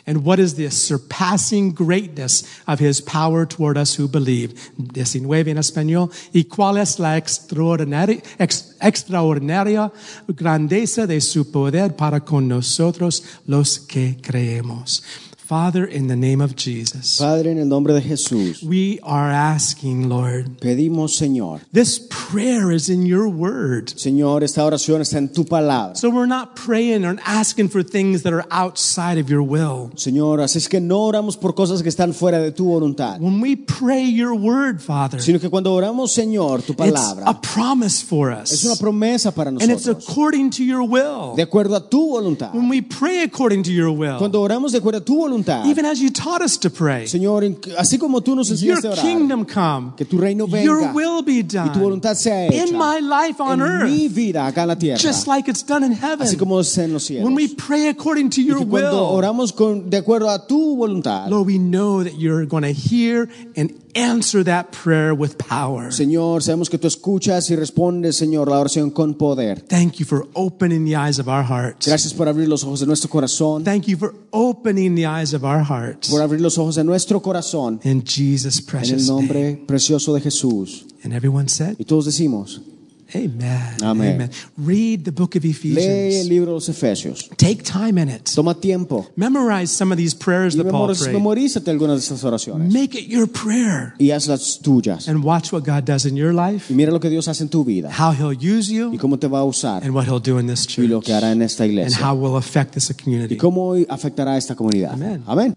[SPEAKER 1] And what is the surpassing greatness of his power toward us who believe? 19 en español. Y cuál es la extraordinaria, ex- extraordinaria grandeza de su poder para con nosotros los que creemos. Father, in the name of Jesus,
[SPEAKER 2] Padre, en el nombre de Jesús,
[SPEAKER 1] we are asking, Lord,
[SPEAKER 2] pedimos, Señor.
[SPEAKER 1] this prayer is in your word.
[SPEAKER 2] Señor, esta oración está en tu palabra.
[SPEAKER 1] So we're not praying or asking for things that are outside of your will.
[SPEAKER 2] Señor, así es que no oramos por cosas que están fuera de tu voluntad,
[SPEAKER 1] When we pray your word, Father,
[SPEAKER 2] sino que cuando oramos, Señor, tu
[SPEAKER 1] It's a
[SPEAKER 2] palabra
[SPEAKER 1] promise for us.
[SPEAKER 2] es una promesa para
[SPEAKER 1] and it's Mm.
[SPEAKER 2] nosotros,
[SPEAKER 1] according to your will.
[SPEAKER 2] de acuerdo a tu voluntad.
[SPEAKER 1] When we pray according to your will,
[SPEAKER 2] Cuando oramos de acuerdo a tu voluntad,
[SPEAKER 1] even as you taught us to pray,
[SPEAKER 2] Señor, en- así como tú nos
[SPEAKER 1] your
[SPEAKER 2] enseñaste a orar,
[SPEAKER 1] kingdom come,
[SPEAKER 2] que tu reino
[SPEAKER 1] your
[SPEAKER 2] venga
[SPEAKER 1] will be
[SPEAKER 2] y tu
[SPEAKER 1] done
[SPEAKER 2] voluntad sea hecha
[SPEAKER 1] in my life on
[SPEAKER 2] en mi
[SPEAKER 1] earth,
[SPEAKER 2] vida acá en la tierra,
[SPEAKER 1] just like it's done in heaven.
[SPEAKER 2] así como es en los cielos.
[SPEAKER 1] When we pray according to your
[SPEAKER 2] Y cuando
[SPEAKER 1] will,
[SPEAKER 2] oramos con- de acuerdo a tu voluntad,
[SPEAKER 1] Lord, we know that you're going to hear and answer that prayer with power.
[SPEAKER 2] Señor, sabemos que tú escuchas y respondes, Señor, la oración con poder.
[SPEAKER 1] Thank you for opening the eyes of our hearts.
[SPEAKER 2] Gracias por abrir los ojos de nuestro corazón,
[SPEAKER 1] Thank you for opening the eyes of our hearts.
[SPEAKER 2] por abrir los ojos de nuestro corazón
[SPEAKER 1] In Jesus'
[SPEAKER 2] en el
[SPEAKER 1] precious name.
[SPEAKER 2] nombre precioso de Jesús.
[SPEAKER 1] And everyone said,
[SPEAKER 2] Y todos decimos,
[SPEAKER 1] Amen.
[SPEAKER 2] Amen.
[SPEAKER 1] Read the book of
[SPEAKER 2] lee el
[SPEAKER 1] Ephesians.
[SPEAKER 2] libro de los Efesios,
[SPEAKER 1] Take time in it.
[SPEAKER 2] toma tiempo
[SPEAKER 1] Memorize some of these prayers
[SPEAKER 2] y
[SPEAKER 1] that Paul
[SPEAKER 2] memoriz-
[SPEAKER 1] prayed.
[SPEAKER 2] memorízate algunas de estas oraciones
[SPEAKER 1] Make it your prayer
[SPEAKER 2] y hazlas tuyas.
[SPEAKER 1] and watch what God does in your life,
[SPEAKER 2] Y mira lo que Dios hace en tu vida
[SPEAKER 1] how He'll use
[SPEAKER 2] y
[SPEAKER 1] you,
[SPEAKER 2] cómo te va a usar
[SPEAKER 1] and what He'll do in this
[SPEAKER 2] y lo
[SPEAKER 1] church,
[SPEAKER 2] que hará en esta
[SPEAKER 1] and
[SPEAKER 2] iglesia
[SPEAKER 1] how will affect this
[SPEAKER 2] y
[SPEAKER 1] community.
[SPEAKER 2] cómo afectará a esta comunidad.
[SPEAKER 1] Amén.
[SPEAKER 2] Amén.